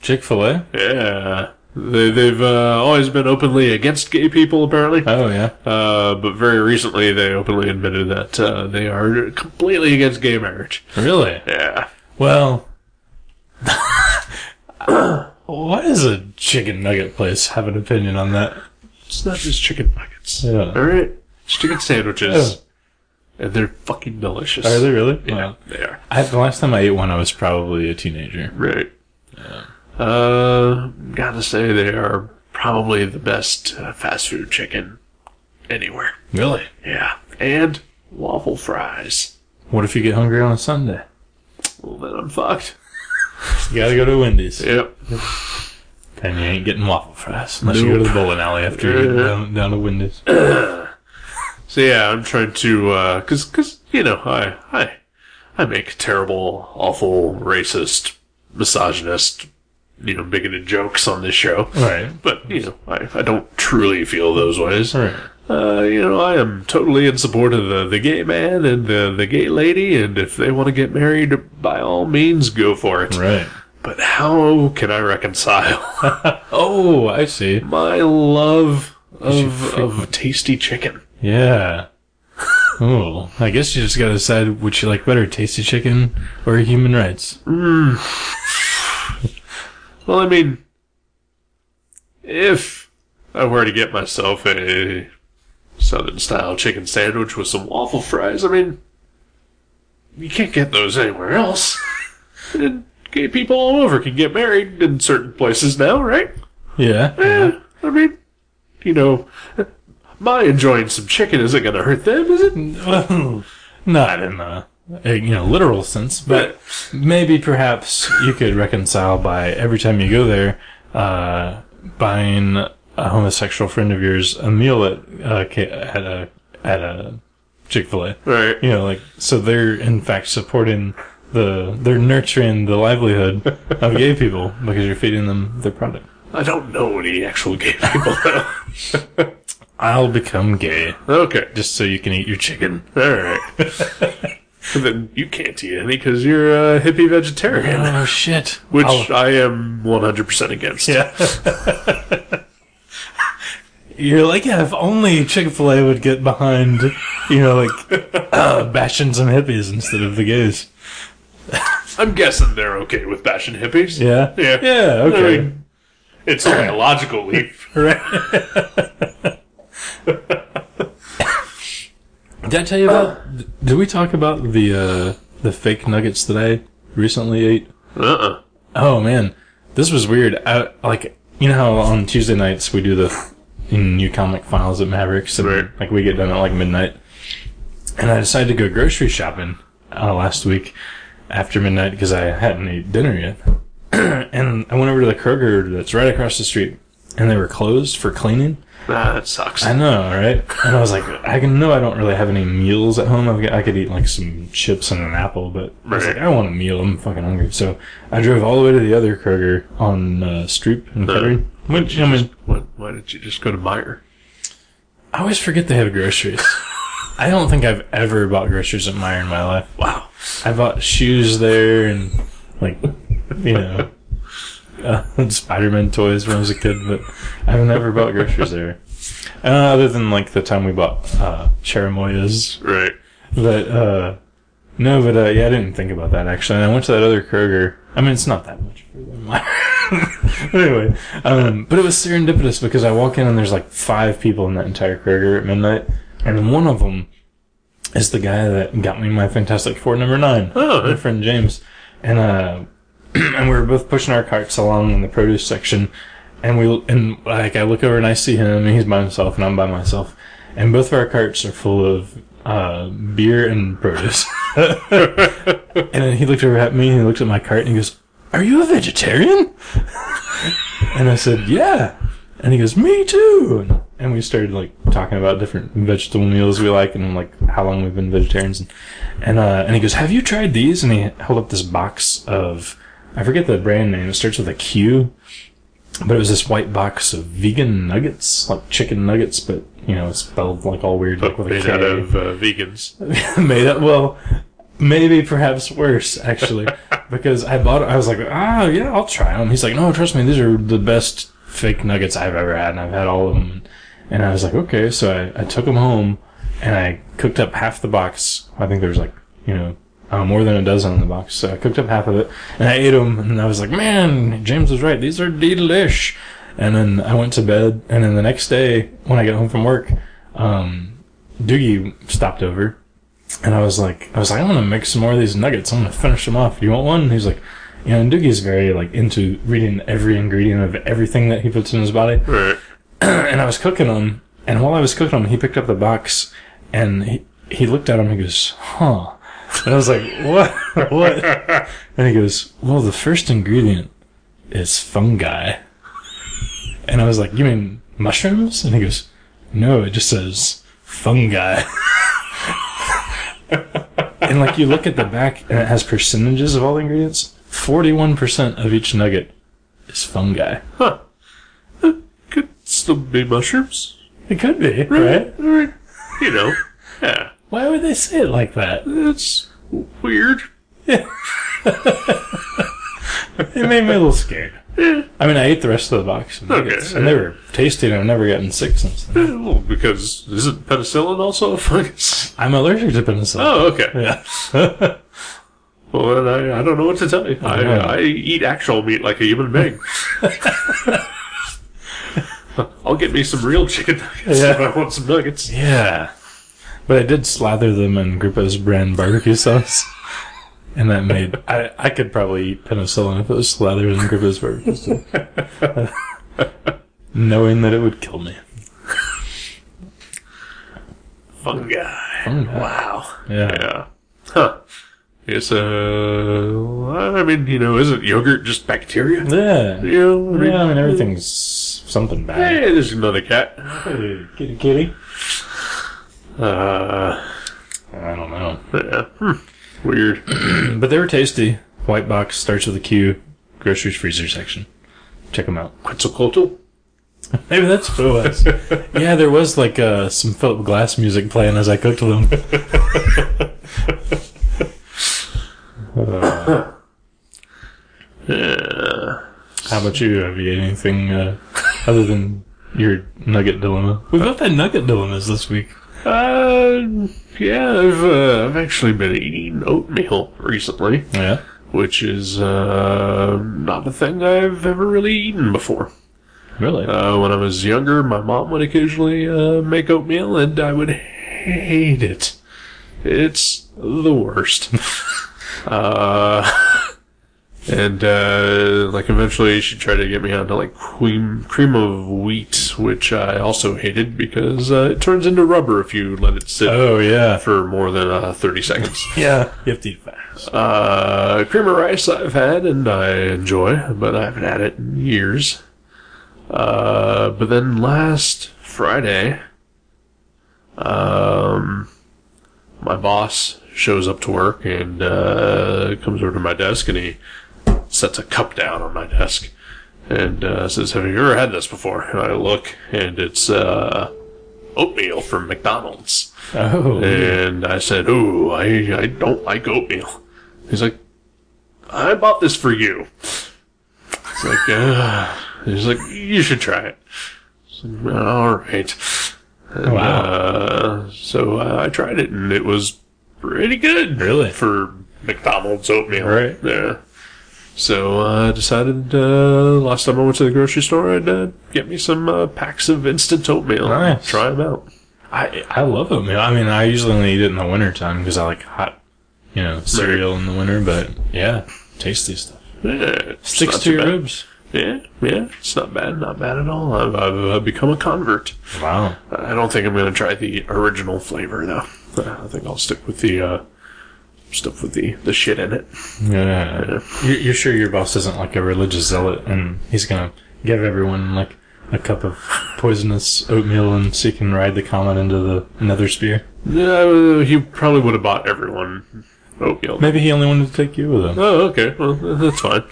C: Chick Fil A.
A: Yeah, they, they've uh, always been openly against gay people, apparently.
C: Oh yeah.
A: Uh, but very recently, they openly admitted that uh, they are completely against gay marriage.
C: Really?
A: Yeah.
B: <laughs>
C: Well, why does a chicken nugget place have an opinion on that?
A: It's not just chicken nuggets.
C: Yeah.
A: All right. It's chicken sandwiches. and they're fucking delicious.
B: Are they really?
A: Yeah,
B: Wow.
A: they are.
B: I, the last time I ate one, I was probably a teenager.
A: Right. Uh, gotta say they are probably the best uh, fast food chicken anywhere.
B: Really?
A: Yeah, and waffle fries.
B: What if you get hungry on a Sunday?
A: Well, then I'm fucked.
B: You gotta go to Wendy's.
A: Yep.
B: And you ain't getting waffle fries unless you
A: Nope.
B: go to the bowling alley after you get
A: Yeah.
B: down, down to <laughs> Wendy's.
A: So yeah, I'm trying to, uh, cause, cause, you know, I, I, I make terrible, awful, racist, misogynist, you know, bigoted jokes on this show.
B: Right.
A: But, you know, I, I don't truly feel those ways.
B: Right.
A: Uh, you know, I am totally in support of the, the gay man and the, the gay lady, and if they want to get married, by all means, go for it.
B: Right.
A: But how can I reconcile <laughs>
B: Oh, I see.
A: my love of,
B: freak-
A: of tasty chicken?
B: Yeah. Oh, I guess you just gotta decide which you like better, tasty chicken or human rights.
A: Well, I mean, if I were to get myself a southern style chicken sandwich with some waffle fries, I mean, you can't get those anywhere else. <laughs> and gay people all over can get married in certain places now, right?
B: Yeah.
A: Yeah, I mean, you know, my enjoying some chicken isn't going to hurt them, is it?
B: Well, <laughs> not in the uh, you know literal sense, but maybe perhaps you could reconcile by every time you go there, uh, buying a homosexual friend of yours a meal at uh, K- at a at a Chick Fil A.
A: Right.
B: You know, like so they're in fact supporting the they're nurturing the livelihood of gay people because you're feeding them their product.
A: I don't know any actual gay people, <laughs> though.
B: I'll become gay
A: okay.
B: just so you can eat your chicken.
A: All right. But <laughs> then you can't eat any because you're a hippie vegetarian,
B: Oh shit!
A: which
B: I'll-
A: I am 100% against.
B: Yeah. <laughs> You're like, yeah, if only Chick fil A would get behind, you know, like, uh, bashing some hippies instead of the gays.
A: I'm guessing they're okay with bashing hippies.
B: Yeah?
A: Yeah.
B: Yeah, okay.
A: I mean, it's only a logical leap.
B: right. <laughs> did I tell you about, d- did we talk about the, uh, the fake nuggets that I recently ate?
A: Uh-uh.
B: Oh man, this was weird. I, like you know how on Tuesday nights we do the new comic files at Mavericks, and
A: Right.
B: like we get done at like midnight. And I decided to go grocery shopping uh, last week after midnight because I hadn't eaten dinner yet. <clears throat> and I went over to the Kroger that's right across the street, and they were closed for cleaning.
A: Nah, that sucks.
B: I know, right? And I was like, I can know I don't really have any meals at home. I've got, I could eat like some chips and an apple, but I was like,
A: Right.
B: I want a meal. I'm fucking hungry. So I drove all the way to the other Kroger on uh, Stroop and Kettering. Which I mean,
A: Why, why did you just go to Meyer?
B: I always forget they have groceries. I don't think I've ever bought groceries at Meijer in my life.
A: Wow.
B: I bought shoes there and like, you know, uh, <laughs> Spider-Man toys when I was a kid, but I've never bought groceries there. Uh, other than like the time we bought uh, Cherimoya's
A: Right.
B: But uh no, but uh yeah, I didn't think about that actually. And I went to that other Kroger. I mean, it's not that much further. than mine. <laughs> But anyway, um, but it was serendipitous because I walk in and there's like five people in that entire Kroger at midnight, and one of them is the guy that got me my Fantastic Four number nine.
A: Oh.
B: my friend James, and uh, and we were both pushing our carts along in the produce section, and we and like I look over and I see him, and he's by himself, and I'm by myself, and both of our carts are full of uh, beer and produce. <laughs> and then he looked over at me, and he looked at my cart, and he goes, "Are you a vegetarian?" <laughs> and I said, "Yeah." And he goes, "Me too." And, and we started like talking about different vegetable meals we like, and like how long we've been vegetarians. And and, uh, and he goes, "Have you tried these?" And he held up this box of I forget the brand name. It starts with a Q, but it was this white box of vegan nuggets, like chicken nuggets, but you know, it's spelled like all weird, like with a
A: Made
B: K.
A: out of uh, vegans.
B: <laughs> made up. Well, maybe perhaps worse actually, because I bought. it- I was like, oh yeah, I'll try them. He's like, no, trust me, these are the best fake nuggets I've ever had, and I've had all of them. And I was like, okay, so I, I took them home and I cooked up half the box. I think there was like, you know. Uh, more than a dozen in the box, so I cooked up half of it and I ate them, and I was like, "Man, James was right; these are delish." And then I went to bed, and then the next day when I got home from work, um, Doogie stopped over And I was like, I was like, I'm gonna make some more of these nuggets. I'm gonna finish them off. You want one? And he's like, you know, and Doogie's very like into reading every ingredient of everything that he puts in his body.
A: Right.
B: and I was cooking them, and while I was cooking them, he picked up the box, and he, he looked at him. He goes, "Huh," and I was like, "What? <laughs> what?" And he goes, "Well, the first ingredient is fungi," and I was like, "You mean mushrooms?" And he goes, "No, it just says fungi." <laughs> and like you look at the back, and it has percentages of all the ingredients. Forty-one percent of each nugget is fungi.
A: Huh. Uh, Could still be mushrooms.
B: It could be, right?
A: All right. You know. Yeah.
B: Why would they say it like that?
A: That's weird.
B: It made me a little scared. I mean, I ate the rest of the box of nuggets,
A: Okay.
B: and they were tasty, and I've never gotten sick since then.
A: Eh, Well, because isn't penicillin also a fungus? <laughs>
B: I'm allergic to penicillin.
A: Oh, okay.
B: Yeah.
A: Well, then I, I don't know what to tell you. I,
B: Yeah.
A: I eat actual meat like a human
B: <laughs>
A: being. I'll get me some real chicken nuggets if
B: Yeah.
A: I want some nuggets.
B: yeah. But I did slather them in Grupo's brand barbecue sauce, and that made I I could probably eat penicillin if it was slathered in Grupo's barbecue sauce, <laughs> knowing that it would kill me.
A: Fungi.
B: Wow. Yeah.
A: Yeah. Huh. Yes, uh, I mean, you know, isn't yogurt just bacteria?
B: Yeah.
A: You know, I mean,
B: Yeah. I mean, everything's something bad.
A: Hey, there's another cat.
B: Hey, kitty, kitty.
A: Uh,
B: I don't know.
A: yeah. Hmm. Weird.
B: But they were tasty. White box starts with a Q. Groceries freezer section. Check them out.
A: Quetzalcoatl?
B: Maybe that's what it was. <laughs> yeah, there was like uh, some Philip Glass music playing as I cooked them. <laughs> Uh, how about you? Have you had anything uh, other than your nugget dilemma? We both had nugget dilemmas this week.
A: Uh, yeah, I've, uh, I've actually been eating oatmeal recently,
B: Yeah.
A: which is, uh, not a thing I've ever really eaten before.
B: Really?
A: Uh, when I was younger, my mom would occasionally, uh, make oatmeal and I would hate it. It's the worst. <laughs> uh, and, uh, like eventually she tried to get me onto like cream, cream of wheat, which I also hated because, uh, it turns into rubber if you let it sit
B: oh, yeah.
A: for more than uh, 30 seconds.
B: Yeah. You have to eat fast.
A: Uh, cream of rice I've had and I enjoy, but I haven't had it in years. Uh, but then last Friday, um, my boss shows up to work and uh, comes over to my desk and he sets a cup down on my desk and uh, says, "Have you ever had this before?" And I look and it's uh, oatmeal from McDonald's.
B: Oh.
A: And I said, Ooh, I, I don't like oatmeal. He's like, I bought this for you. It's like, uh, he's like, you should try it. It's like, all right. And,
B: Wow.
A: Uh, so uh, I tried it and it was pretty good.
B: Really?
A: For McDonald's oatmeal.
B: Right.
A: Yeah. So uh, I decided uh, last time I went to the grocery store, I'd uh, get me some uh, packs of instant oatmeal. and
B: Nice.
A: Try them out.
B: I I love oatmeal. I mean, I usually only eat it in the wintertime because I like hot, you know, cereal in the winter. But yeah, tasty stuff.
A: Yeah, it's
B: Sticks
A: not
B: to
A: too
B: your
A: bad.
B: ribs.
A: Yeah, yeah, it's not bad, not bad at all. I've, I've uh, become a convert.
B: Wow.
A: I don't think I'm going to try the original flavor though. Uh, I think I'll stick with the uh, stuff with the the shit in it.
B: Yeah. You're, you're sure your boss isn't like a religious zealot and he's gonna give everyone like a cup of poisonous oatmeal and so you can ride the comet into the nether spear?
A: Yeah, he probably would have bought everyone oatmeal.
B: Maybe he only wanted to take you with
A: <laughs>
B: him.
A: Oh, okay, well that's fine.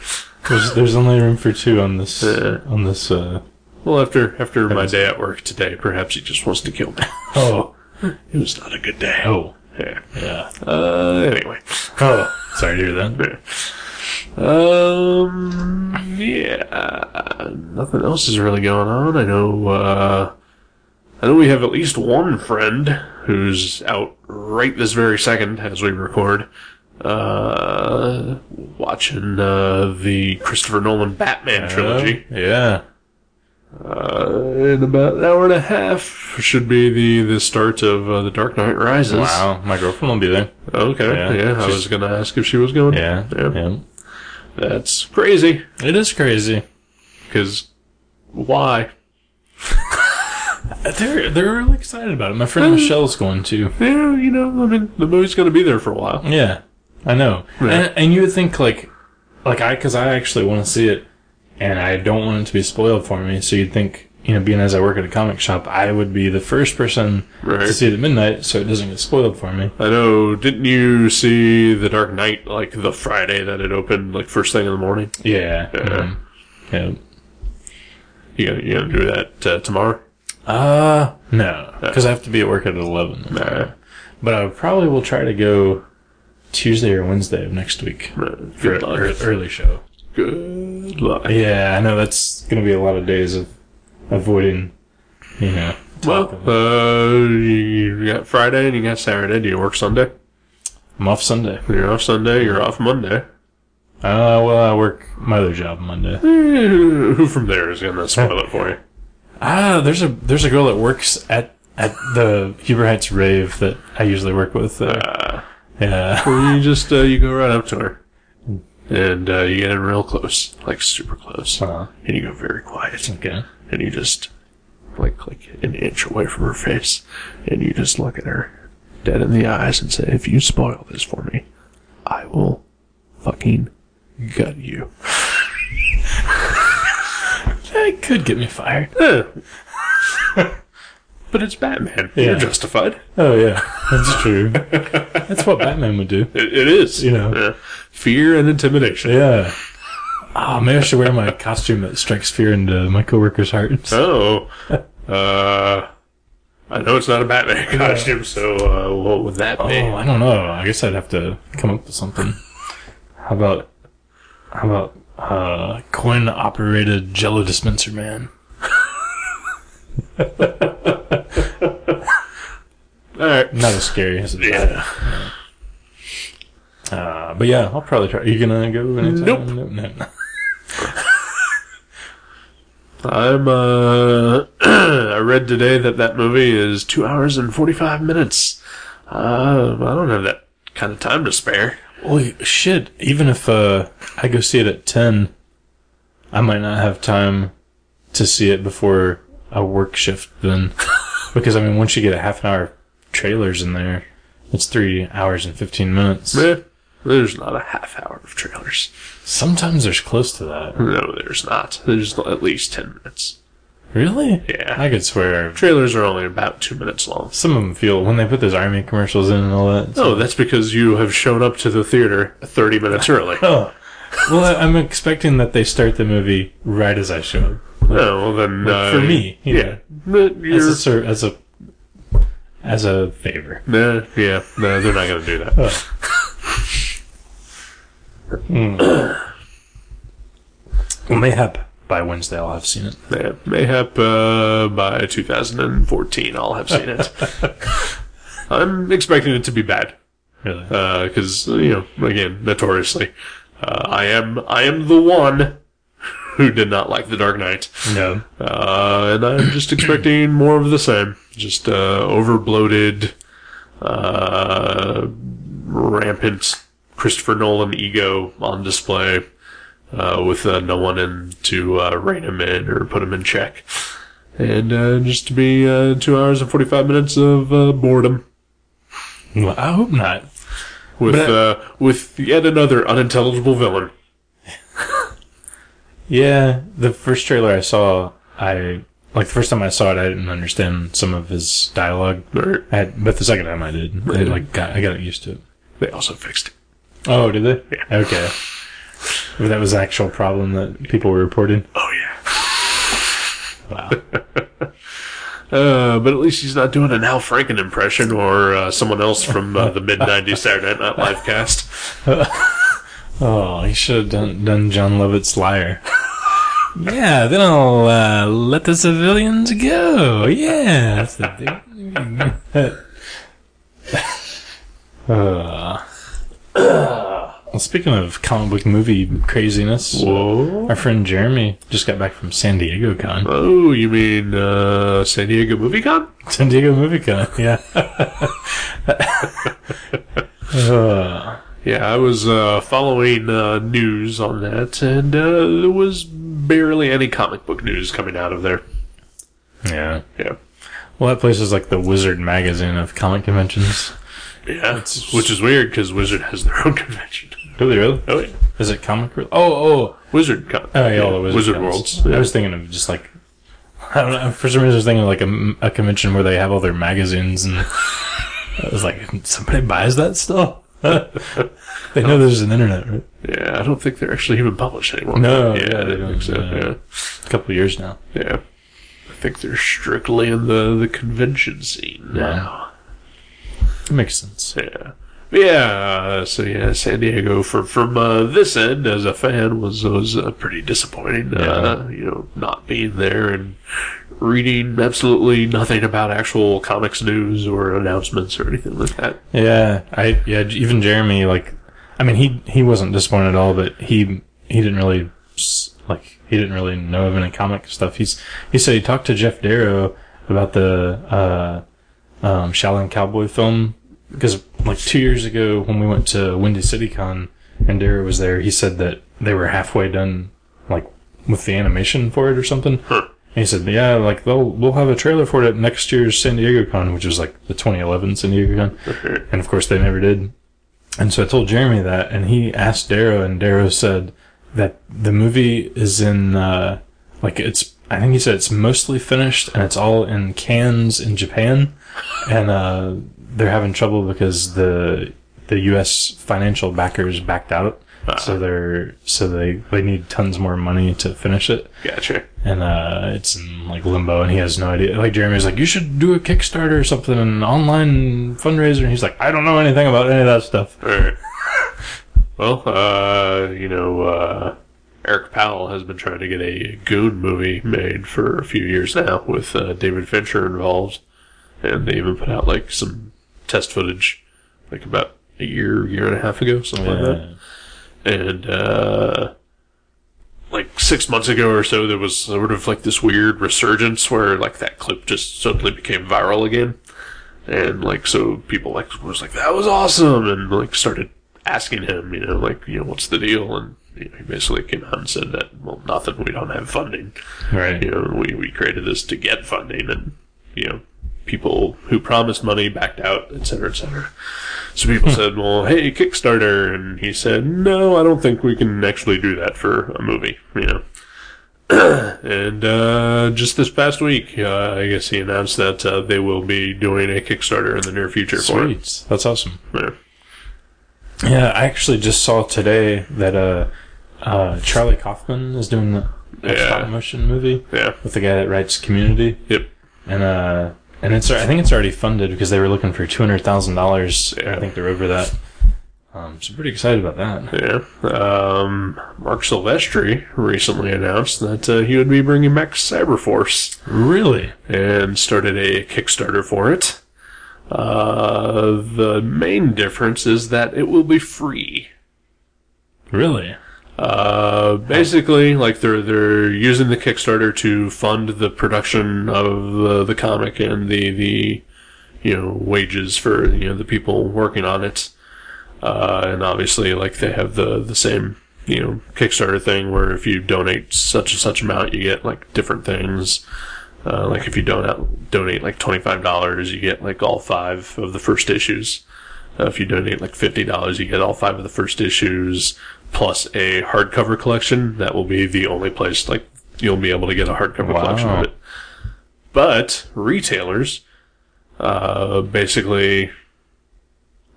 B: There's, there's only room for two on this
A: Yeah.
B: on this. uh
A: Well, after after my day at work today, perhaps he just wants to kill me. <laughs>
B: Oh.
A: it was not a good day.
B: Oh.
A: Yeah.
B: Yeah.
A: Uh, anyway.
B: Oh. Sorry to hear that.
A: Yeah. Um, yeah, nothing else is really going on. I know, uh, I know we have at least one friend who's out right this very second as we record, uh, watching, uh, the Christopher Nolan Batman <laughs> trilogy.
B: Oh, Yeah.
A: Uh, in about an hour and a half should be the, the start of uh, The Dark Knight Rises.
B: Wow, my girlfriend will be there.
A: Okay.
B: Yeah.
A: Yeah. I
B: She's-
A: was going to ask if she was going.
B: Yeah,
A: Yeah.
B: yeah.
A: That's crazy.
B: It is crazy.
A: Because why?
B: They're they're really excited about it. My friend
A: Uh.
B: Michelle's going too.
A: Yeah, you know, I mean, the movie's going to be there for a while.
B: Yeah, I know.
A: Yeah.
B: And, and you would think like, like I, because I actually want to see it, and I don't want it to be spoiled for me. So you'd think, you know, being as I work at a comic shop, I would be the first person
A: Right.
B: to see it at midnight, so it doesn't get spoiled for me.
A: I know. Didn't you see The Dark Knight like the Friday that it opened, like first thing in the morning?
B: Yeah.
A: Yeah.
B: mhm. Yeah.
A: You gonna, you gonna do that uh, tomorrow?
B: Uh no, because I have to be at work at eleven.
A: Nah.
B: But I probably will try to go Tuesday or Wednesday of next week
A: Good
B: for
A: luck.
B: an early show.
A: Good luck.
B: Yeah, I know that's going to be a lot of days of avoiding, you know.
A: Well,
B: talking.
A: uh, you- you got Friday and you got Saturday. Do you work Sunday?
B: I'm off Sunday.
A: You're off Sunday. You're off Monday. <laughs>
B: Uh, well, I work my other job Monday.
A: Eh, Who from there is gonna spoil it for you?
B: Ah, there's a there's a girl that works at at the Huber Heights rave that I usually work with. Uh,
A: Uh,
B: yeah,
A: well, you just uh, you go right up to her, and uh, you get in real close, like super close,
B: Uh-huh.
A: and you go very quiet,
B: okay.
A: and you just like like an inch away from her face, and you just look at her dead in the eyes and say, "If you spoil this for me, I will fucking gut you." <laughs>
B: That could get me fired.
A: Eh. but it's Batman.
B: Yeah.
A: You're justified.
B: Oh yeah, that's <laughs> true. that's what Batman would do.
A: It, it is.
B: You know.
A: Yeah. fear and intimidation.
B: Yeah. Oh, maybe I should wear my costume that strikes fear into my coworkers' hearts.
A: Oh, uh, I know it's not a Batman costume, so uh, what would that be?
B: Oh, I don't know. I guess I'd have to come up with something. How about how about uh, coin operated Jello dispenser man?
A: All right.
B: Not as scary as it is.
A: Yeah.
B: Uh, but yeah, I'll probably try. Are you gonna go anytime?
A: Nope.
B: No, no, no.
A: I'm. Uh, <clears throat> I read today that that movie is two hours and forty-five minutes. Uh, I don't have that kind of time to spare.
B: Holy shit! Even if uh, I go see it at ten, I might not have time to see it before a work shift.
A: <laughs>
B: Then, because I mean, once you get a half an hour of trailers in there, it's three hours and fifteen minutes.
A: Eh, there's not a half hour of trailers.
B: Sometimes there's close to that.
A: No, there's not. There's at least ten minutes.
B: Really?
A: Yeah.
B: I could swear.
A: Trailers are only about two minutes long.
B: Some of them feel when they put those army commercials in and all that. it's-
A: Oh, that's because you have shown up to the theater thirty minutes
B: <laughs>
A: early.
B: Oh. Well, I- I'm expecting that they start the movie right as I show up. Like,
A: No, well then uh,
B: for me, you
A: yeah,
B: know.
A: But
B: as
A: you're,
B: a ser- as a as a favor.
A: Nah, yeah, no, they're not going to do that.
B: Well, mayhap by Wednesday I'll have seen it.
A: Yeah, mayhap uh, by 2014, I'll have seen it. I'm expecting it to be bad
B: Really?
A: Uh. because you know, again, notoriously, uh, I am I am the one who did not like The Dark Knight,
B: no.
A: uh, and I'm just expecting <clears throat> more of the same, just uh, over bloated, uh, rampant Christopher Nolan ego on display. uh, with uh, no one in to uh, rein him in or put him in check. And uh, just to be uh, two hours and 45 minutes of uh, boredom
B: Well, I hope not.
A: with,
B: But I-
A: uh, with yet another unintelligible villain.
B: Yeah, the first trailer I saw, I like the first time I saw it, I didn't understand some of his dialogue.
A: Or-
B: I had, but the second time I did, I like got, I got used to it.
A: They also fixed it.
B: Oh, did they? Okay. But that was an actual problem that people were reporting.
A: Oh, yeah.
B: <laughs> Wow.
A: <laughs> Uh, but at least he's not doing an Al Franken impression or uh, someone else from uh, the mid 90s Saturday Night Live cast.
B: Oh, he should have done, done John Lovett's <laughs> liar. yeah, then I'll uh, let the civilians go. Yeah, that's the <laughs> thing. uh, Well, speaking of comic book movie craziness,
A: Whoa.
B: our friend Jeremy just got back from San Diego Con.
A: Oh, you mean uh, San Diego Movie Con?
B: San Diego Movie Con, yeah. Uh,
A: Yeah, I was uh, following uh, news on that, and uh, there was barely any comic book news coming out of there.
B: yeah.
A: Yeah,
B: Well, that place is like the Wizard magazine of comic conventions.
A: yeah, which is weird because Wizard has their own <laughs> convention.
B: Really, really?
A: Oh yeah,
B: Is it comic? Re- oh, oh,
A: Wizard Con.
B: oh, yeah, all the Wizard,
A: Wizard
B: cons.
A: Worlds.
B: I
A: Yeah.
B: was thinking of just like. I don't know. For some reason, I was thinking of like a, a convention where they have all their magazines, and <laughs> I was like, somebody buys that still? <laughs> they
A: Oh.
B: know there's an internet, right?
A: Yeah, I don't think they're actually even published anymore.
B: No,
A: yeah,
B: yeah,
A: I
B: they
A: don't think so.
B: don't, no. A couple of years now.
A: Yeah, yeah. I think they're strictly in the the convention scene now.
B: It makes sense.
A: Yeah. But Yeah, uh, so yeah, San Diego for from uh, this end as a fan was was uh, pretty disappointing. Uh, you know, not being there and reading absolutely nothing about actual comics news or announcements or anything like that. <laughs>
B: Yeah, I yeah. Even Jeremy, like, I mean, he he wasn't disappointed at all, but he he didn't really s- like he didn't really know of any comic stuff. He's he said he talked to Jeff Darrow about the uh, um, Shaolin Cowboy film because like two years ago when we went to Windy City Con and Darrow was there, he said that they were halfway done like with the animation for it or something.
A: Huh.
B: And he said, "Yeah, like they'll we'll have a trailer for it at next year's San Diego Con, which was like the 2011 San Diego Con." And of course, they never did. And so I told Jeremy that, and he asked Darrow, and Darrow said that the movie is in, uh, like, it's, I think he said it's mostly finished, and it's all in cans in Japan, and, uh, they're having trouble because the, the U.S. financial backers backed out, so they're, so they, they need tons more money to finish it
A: Gotcha.
B: and uh, it's in like limbo, and he has no idea. Like Jeremy's like, you should do a Kickstarter or something, an online fundraiser, and he's like, I don't know anything about any of that stuff.
A: All right. Well, uh, you know, uh, Eric Powell has been trying to get a Goon movie made for a few years now with uh, David Fincher involved, and they even put out like some test footage, like about a year, year and a half ago, something like that
B: Yeah.
A: and uh, like six months ago or so, there was sort of like this weird resurgence where like that clip just suddenly became viral again, and like so people like was like that was awesome, and like started asking him, you know, like you know what's the deal, and you know, he basically came out and said that well nothing, we don't have funding,
B: Right.
A: you know, we we created this to get funding, and you know people who promised money backed out, et cetera, et cetera. So people said, "Well, hey, Kickstarter," and he said, "No, I don't think we can actually do that for a movie." You know. <clears throat> and uh, just this past week, uh, I guess he announced that uh, they will be doing a Kickstarter in the near future
B: Sweet. That's awesome.
A: for it.
B: Yeah, I actually just saw today that uh, uh, Charlie Kaufman is doing the the
A: Yeah.
B: stop motion movie
A: Yeah. yeah.
B: with the guy that writes Community,
A: Yep.
B: and uh, and it's I think it's already funded because they were looking for two hundred thousand dollars.
A: Yeah.
B: I think they're over that. Um, so pretty excited about that.
A: Yeah. Um, Mark Silvestri recently announced that uh, he would be bringing back Cyberforce.
B: Really?
A: and started a Kickstarter for it. Uh, the main difference is that it will be free.
B: Really?
A: Uh, basically, like they're they're using the Kickstarter to fund the production of the, the comic and the the you know wages for you know the people working on it. Uh, and obviously, like they have the the same you know Kickstarter thing where if you donate such and such amount, you get like different things. Uh, like if you donate donate like twenty five dollars, you get like all five of the first issues. Uh, if you donate like fifty dollars, you get all five of the first issues plus a hardcover collection. That will be the only place like you'll be able to get a hardcover
B: Wow.
A: collection of it. But retailers, uh, basically,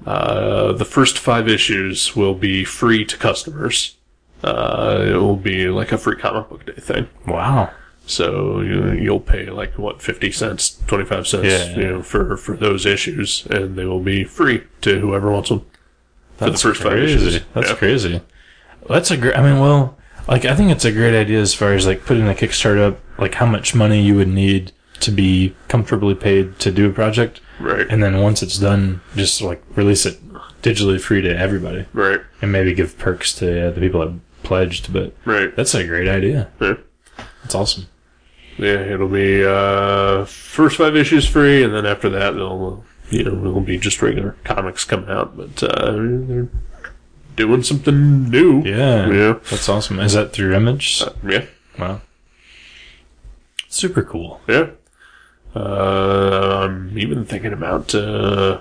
A: uh, the first five issues will be free to customers. Uh, it will be like a free comic book day thing.
B: Wow.
A: So you, you'll pay like what fifty cents, twenty five cents,
B: Yeah.
A: you know, for for those issues, and they will be free to whoever wants them. the
B: That's
A: first five
B: crazy.
A: issues.
B: That's
A: Yeah.
B: crazy. That's a great. I mean, well, like I think it's a great idea as far as like putting a Kickstarter up, like how much money you would need to be comfortably paid to do a project,
A: Right.
B: and then once it's done, just like release it digitally free to everybody,
A: Right.
B: and maybe give perks to uh, the people that pledged. But
A: Right.
B: that's a great idea.
A: Yeah.
B: That's awesome.
A: Yeah, it'll be uh, first five issues free, and then after that, it'll you know it'll be just regular comics coming out. But uh, they're doing something new.
B: Yeah,
A: Yeah. Uh,
B: that's awesome. Is that through Image?
A: Yeah.
B: Wow, super cool.
A: Yeah. Uh, I'm even thinking about, uh,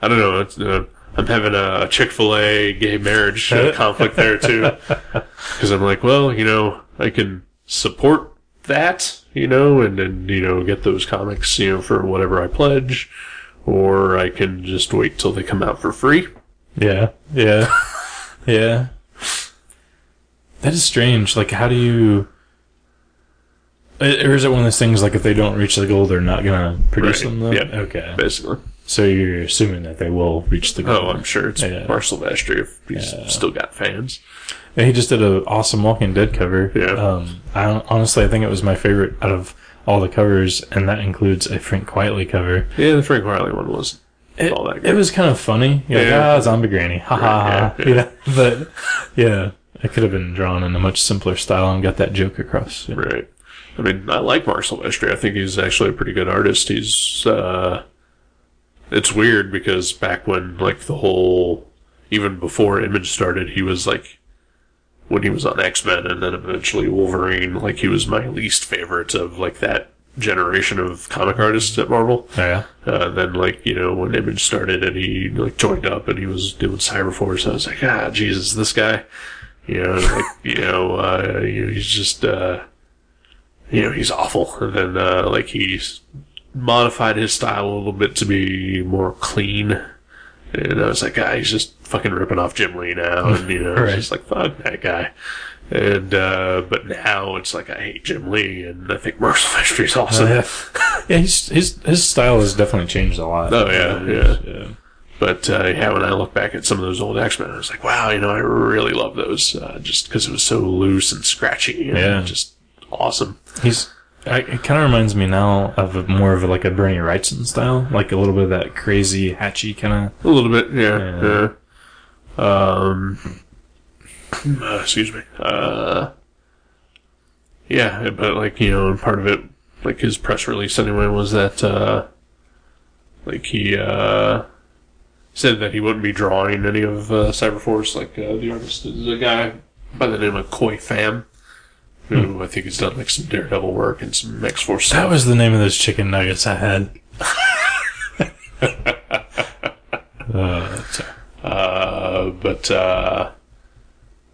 A: I don't know, it's, uh, I'm having a, a Chick fil A gay marriage uh, conflict there too. Because I'm like, well, you know, I can support that, you know, and then, you know, get those comics, you know, for whatever I pledge, or I can just wait till they come out for free.
B: Yeah, yeah, <laughs> yeah. That is strange. Like, how do you? I- Or is it one of those things like if they don't reach the goal, they're not gonna produce
A: Right.
B: them? Though?
A: Yep.
B: Okay.
A: Basically.
B: So you're assuming that they will reach the goal.
A: Oh, I'm sure it's
B: Yeah.
A: Marcel Vastry if he's still got fans.
B: And he just did an awesome Walking Dead cover.
A: Yeah.
B: Um, I don't- honestly, I think it was my favorite out of all the covers, and that includes a Frank Quietly cover.
A: Yeah, the Frank Riley one was
B: It,
A: all that
B: it
A: great.
B: was kind of funny. You're like,
A: Yeah.
B: ah, zombie granny. Ha ha ha.
A: Yeah,
B: You know, but yeah, it could have been drawn in a much simpler style and got that joke across. Yeah.
A: Right. I mean, I like Marcel Vestry. I think he's actually a pretty good artist. He's, uh, it's weird because back when, like, the whole, even before Image started, he was like, when he was on X Men and then eventually Wolverine, like, he was my least favorite of, like, that generation of comic artists at Marvel.
B: Oh, Yeah.
A: Uh, then, like, you know, when Image started and he, like, joined up and he was doing Cyberforce, I was like, ah, Jesus, this guy. You know, like, you know, uh, you know, he's just, uh, you know, he's awful. And then, uh, like, he's modified his style a little bit to be more clean. And I was like, ah, he's just fucking ripping off Jim Lee now. And, you know, it's
B: Right.
A: just like, fuck that guy. And, uh, but now it's like, I hate Jim Lee and I think Marcel Vestry's awesome.
B: yeah. Uh, <laughs> yeah, he's, his his style has definitely changed a lot.
A: Oh, yeah,
B: He's-
A: But uh, yeah, when I look back at some of those old X Men, I was like, wow, you know, I really love those uh, just because it was so loose and scratchy and
B: Yeah.
A: just awesome.
B: He's. I, it kind of reminds me now of a, more of a, like a Bernie Wrightson style, like a little bit of that crazy hatchy kind
A: A little bit, yeah.
B: Yeah.
A: yeah. Um, uh, excuse me. Uh, yeah, but like you know, and part of it, like his press release anyway, was that uh, like he uh, said that he wouldn't be drawing any of uh, Cyberforce. Like uh, the artist is a guy by the name of Koi Pham, who I think has done like some Daredevil work and some X Force
B: Hmm. That
A: stuff.
B: was the name of those chicken nuggets I had. uh, sorry.
A: Uh, but uh,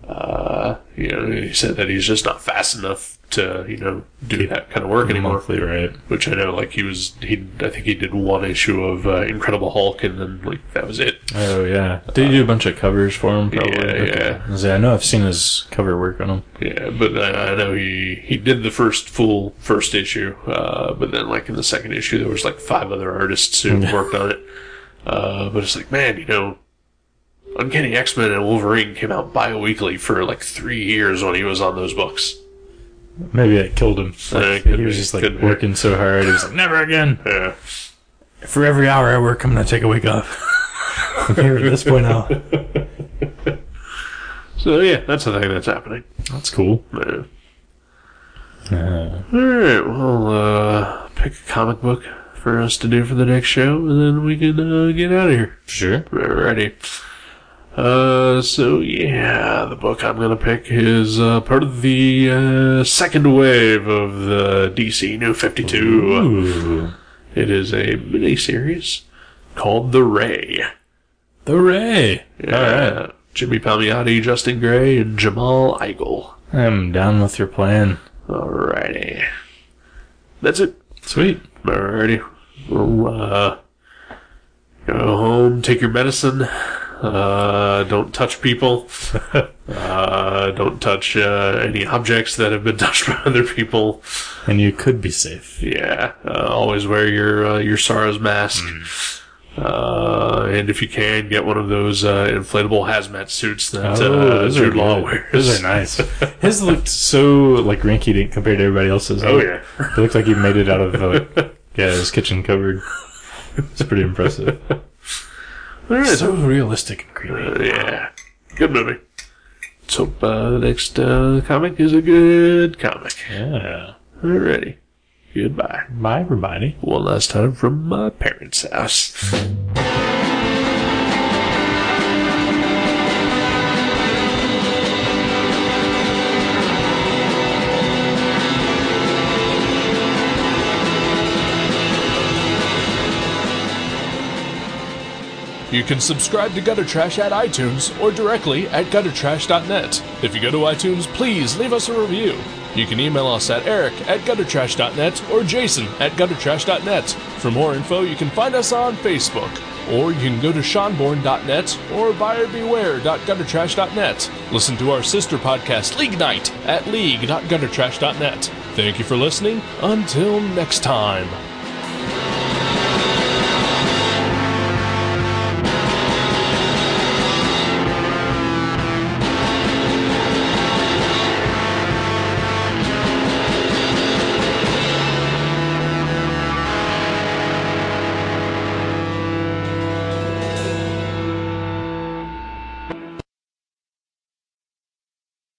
A: uh, you know, he said that he's just not fast enough to you know do that kind of work anymore.
B: Monthly, right?
A: Which I know, like he was, he I think he did one issue of uh, Incredible Hulk, and then like that was it.
B: Oh yeah. Did you do a bunch of covers for him? Probably.
A: Yeah,
B: Okay.
A: yeah.
B: I was like, I know I've seen his cover work on him.
A: Yeah, but I, I know he he did the first full first issue, uh, but then like in the second issue there was like five other artists who worked on it. Uh, but it's like, man, you know, Uncanny X Men and Wolverine came out bi-weekly for like three years when he was on those books.
B: Maybe that killed him.
A: Yeah,
B: Like,
A: could
B: he was
A: be,
B: just like
A: could be.
B: working so hard. He was like, never again.
A: <laughs> Yeah,
B: For every hour I work, I'm gonna take a week off. I'm here at this point now.
A: so yeah, that's the thing that's happening.
B: That's cool.
A: Yeah.
B: Uh,
A: All right, well, uh, pick a comic book for us to do for the next show, and then we can uh, get out of here.
B: sure.
A: Alrighty. Uh, so yeah, the book I'm gonna pick is uh, part of the uh, second wave of the DC New 52.
B: Ooh.
A: It is a miniseries called The Ray.
B: The Ray. All right.
A: Uh, Jimmy Palmiotti, Justin Gray, and Jamal Eigel.
B: I'm down with your plan.
A: Alrighty. That's it.
B: Sweet.
A: Alrighty. Well, uh, go home, take your medicine. Uh, don't touch
B: <laughs>
A: people. uh, don't touch uh, any objects that have been <laughs> touched by other people.
B: And you could be safe.
A: Yeah. Uh, always wear your uh, your SARS mask.
B: Mm-hmm.
A: Uh, and if you can, get one of those uh, inflatable hazmat suits that uh,
B: Oh, those are
A: Jude Law
B: good.
A: wears.
B: Those are nice. His looked so like rinky dink compared to everybody else's.
A: Oh yeah.
B: It looked like he made it out of uh, yeah his kitchen cupboard. It's pretty impressive.
D: All right.
A: <laughs>
B: So realistic and creepy.
D: Uh, yeah. Good movie. Let's hope uh, the next uh, comic is a good comic.
B: Yeah.
D: Alrighty. Goodbye.
B: Bye, everybody.
D: One last time from my parents' house.
A: You can subscribe to Gutter Trash at iTunes or directly at guttertrash.net. If you go to iTunes, please leave us a review. You can email us at eric at guttertrash.net or jason at guttertrash.net. For more info, you can find us on Facebook, or you can go to seanborn.net or buyerbeware.guttertrash.net. Listen to our sister podcast, League Night, at league.guttertrash.net. Thank you for listening. Until next time.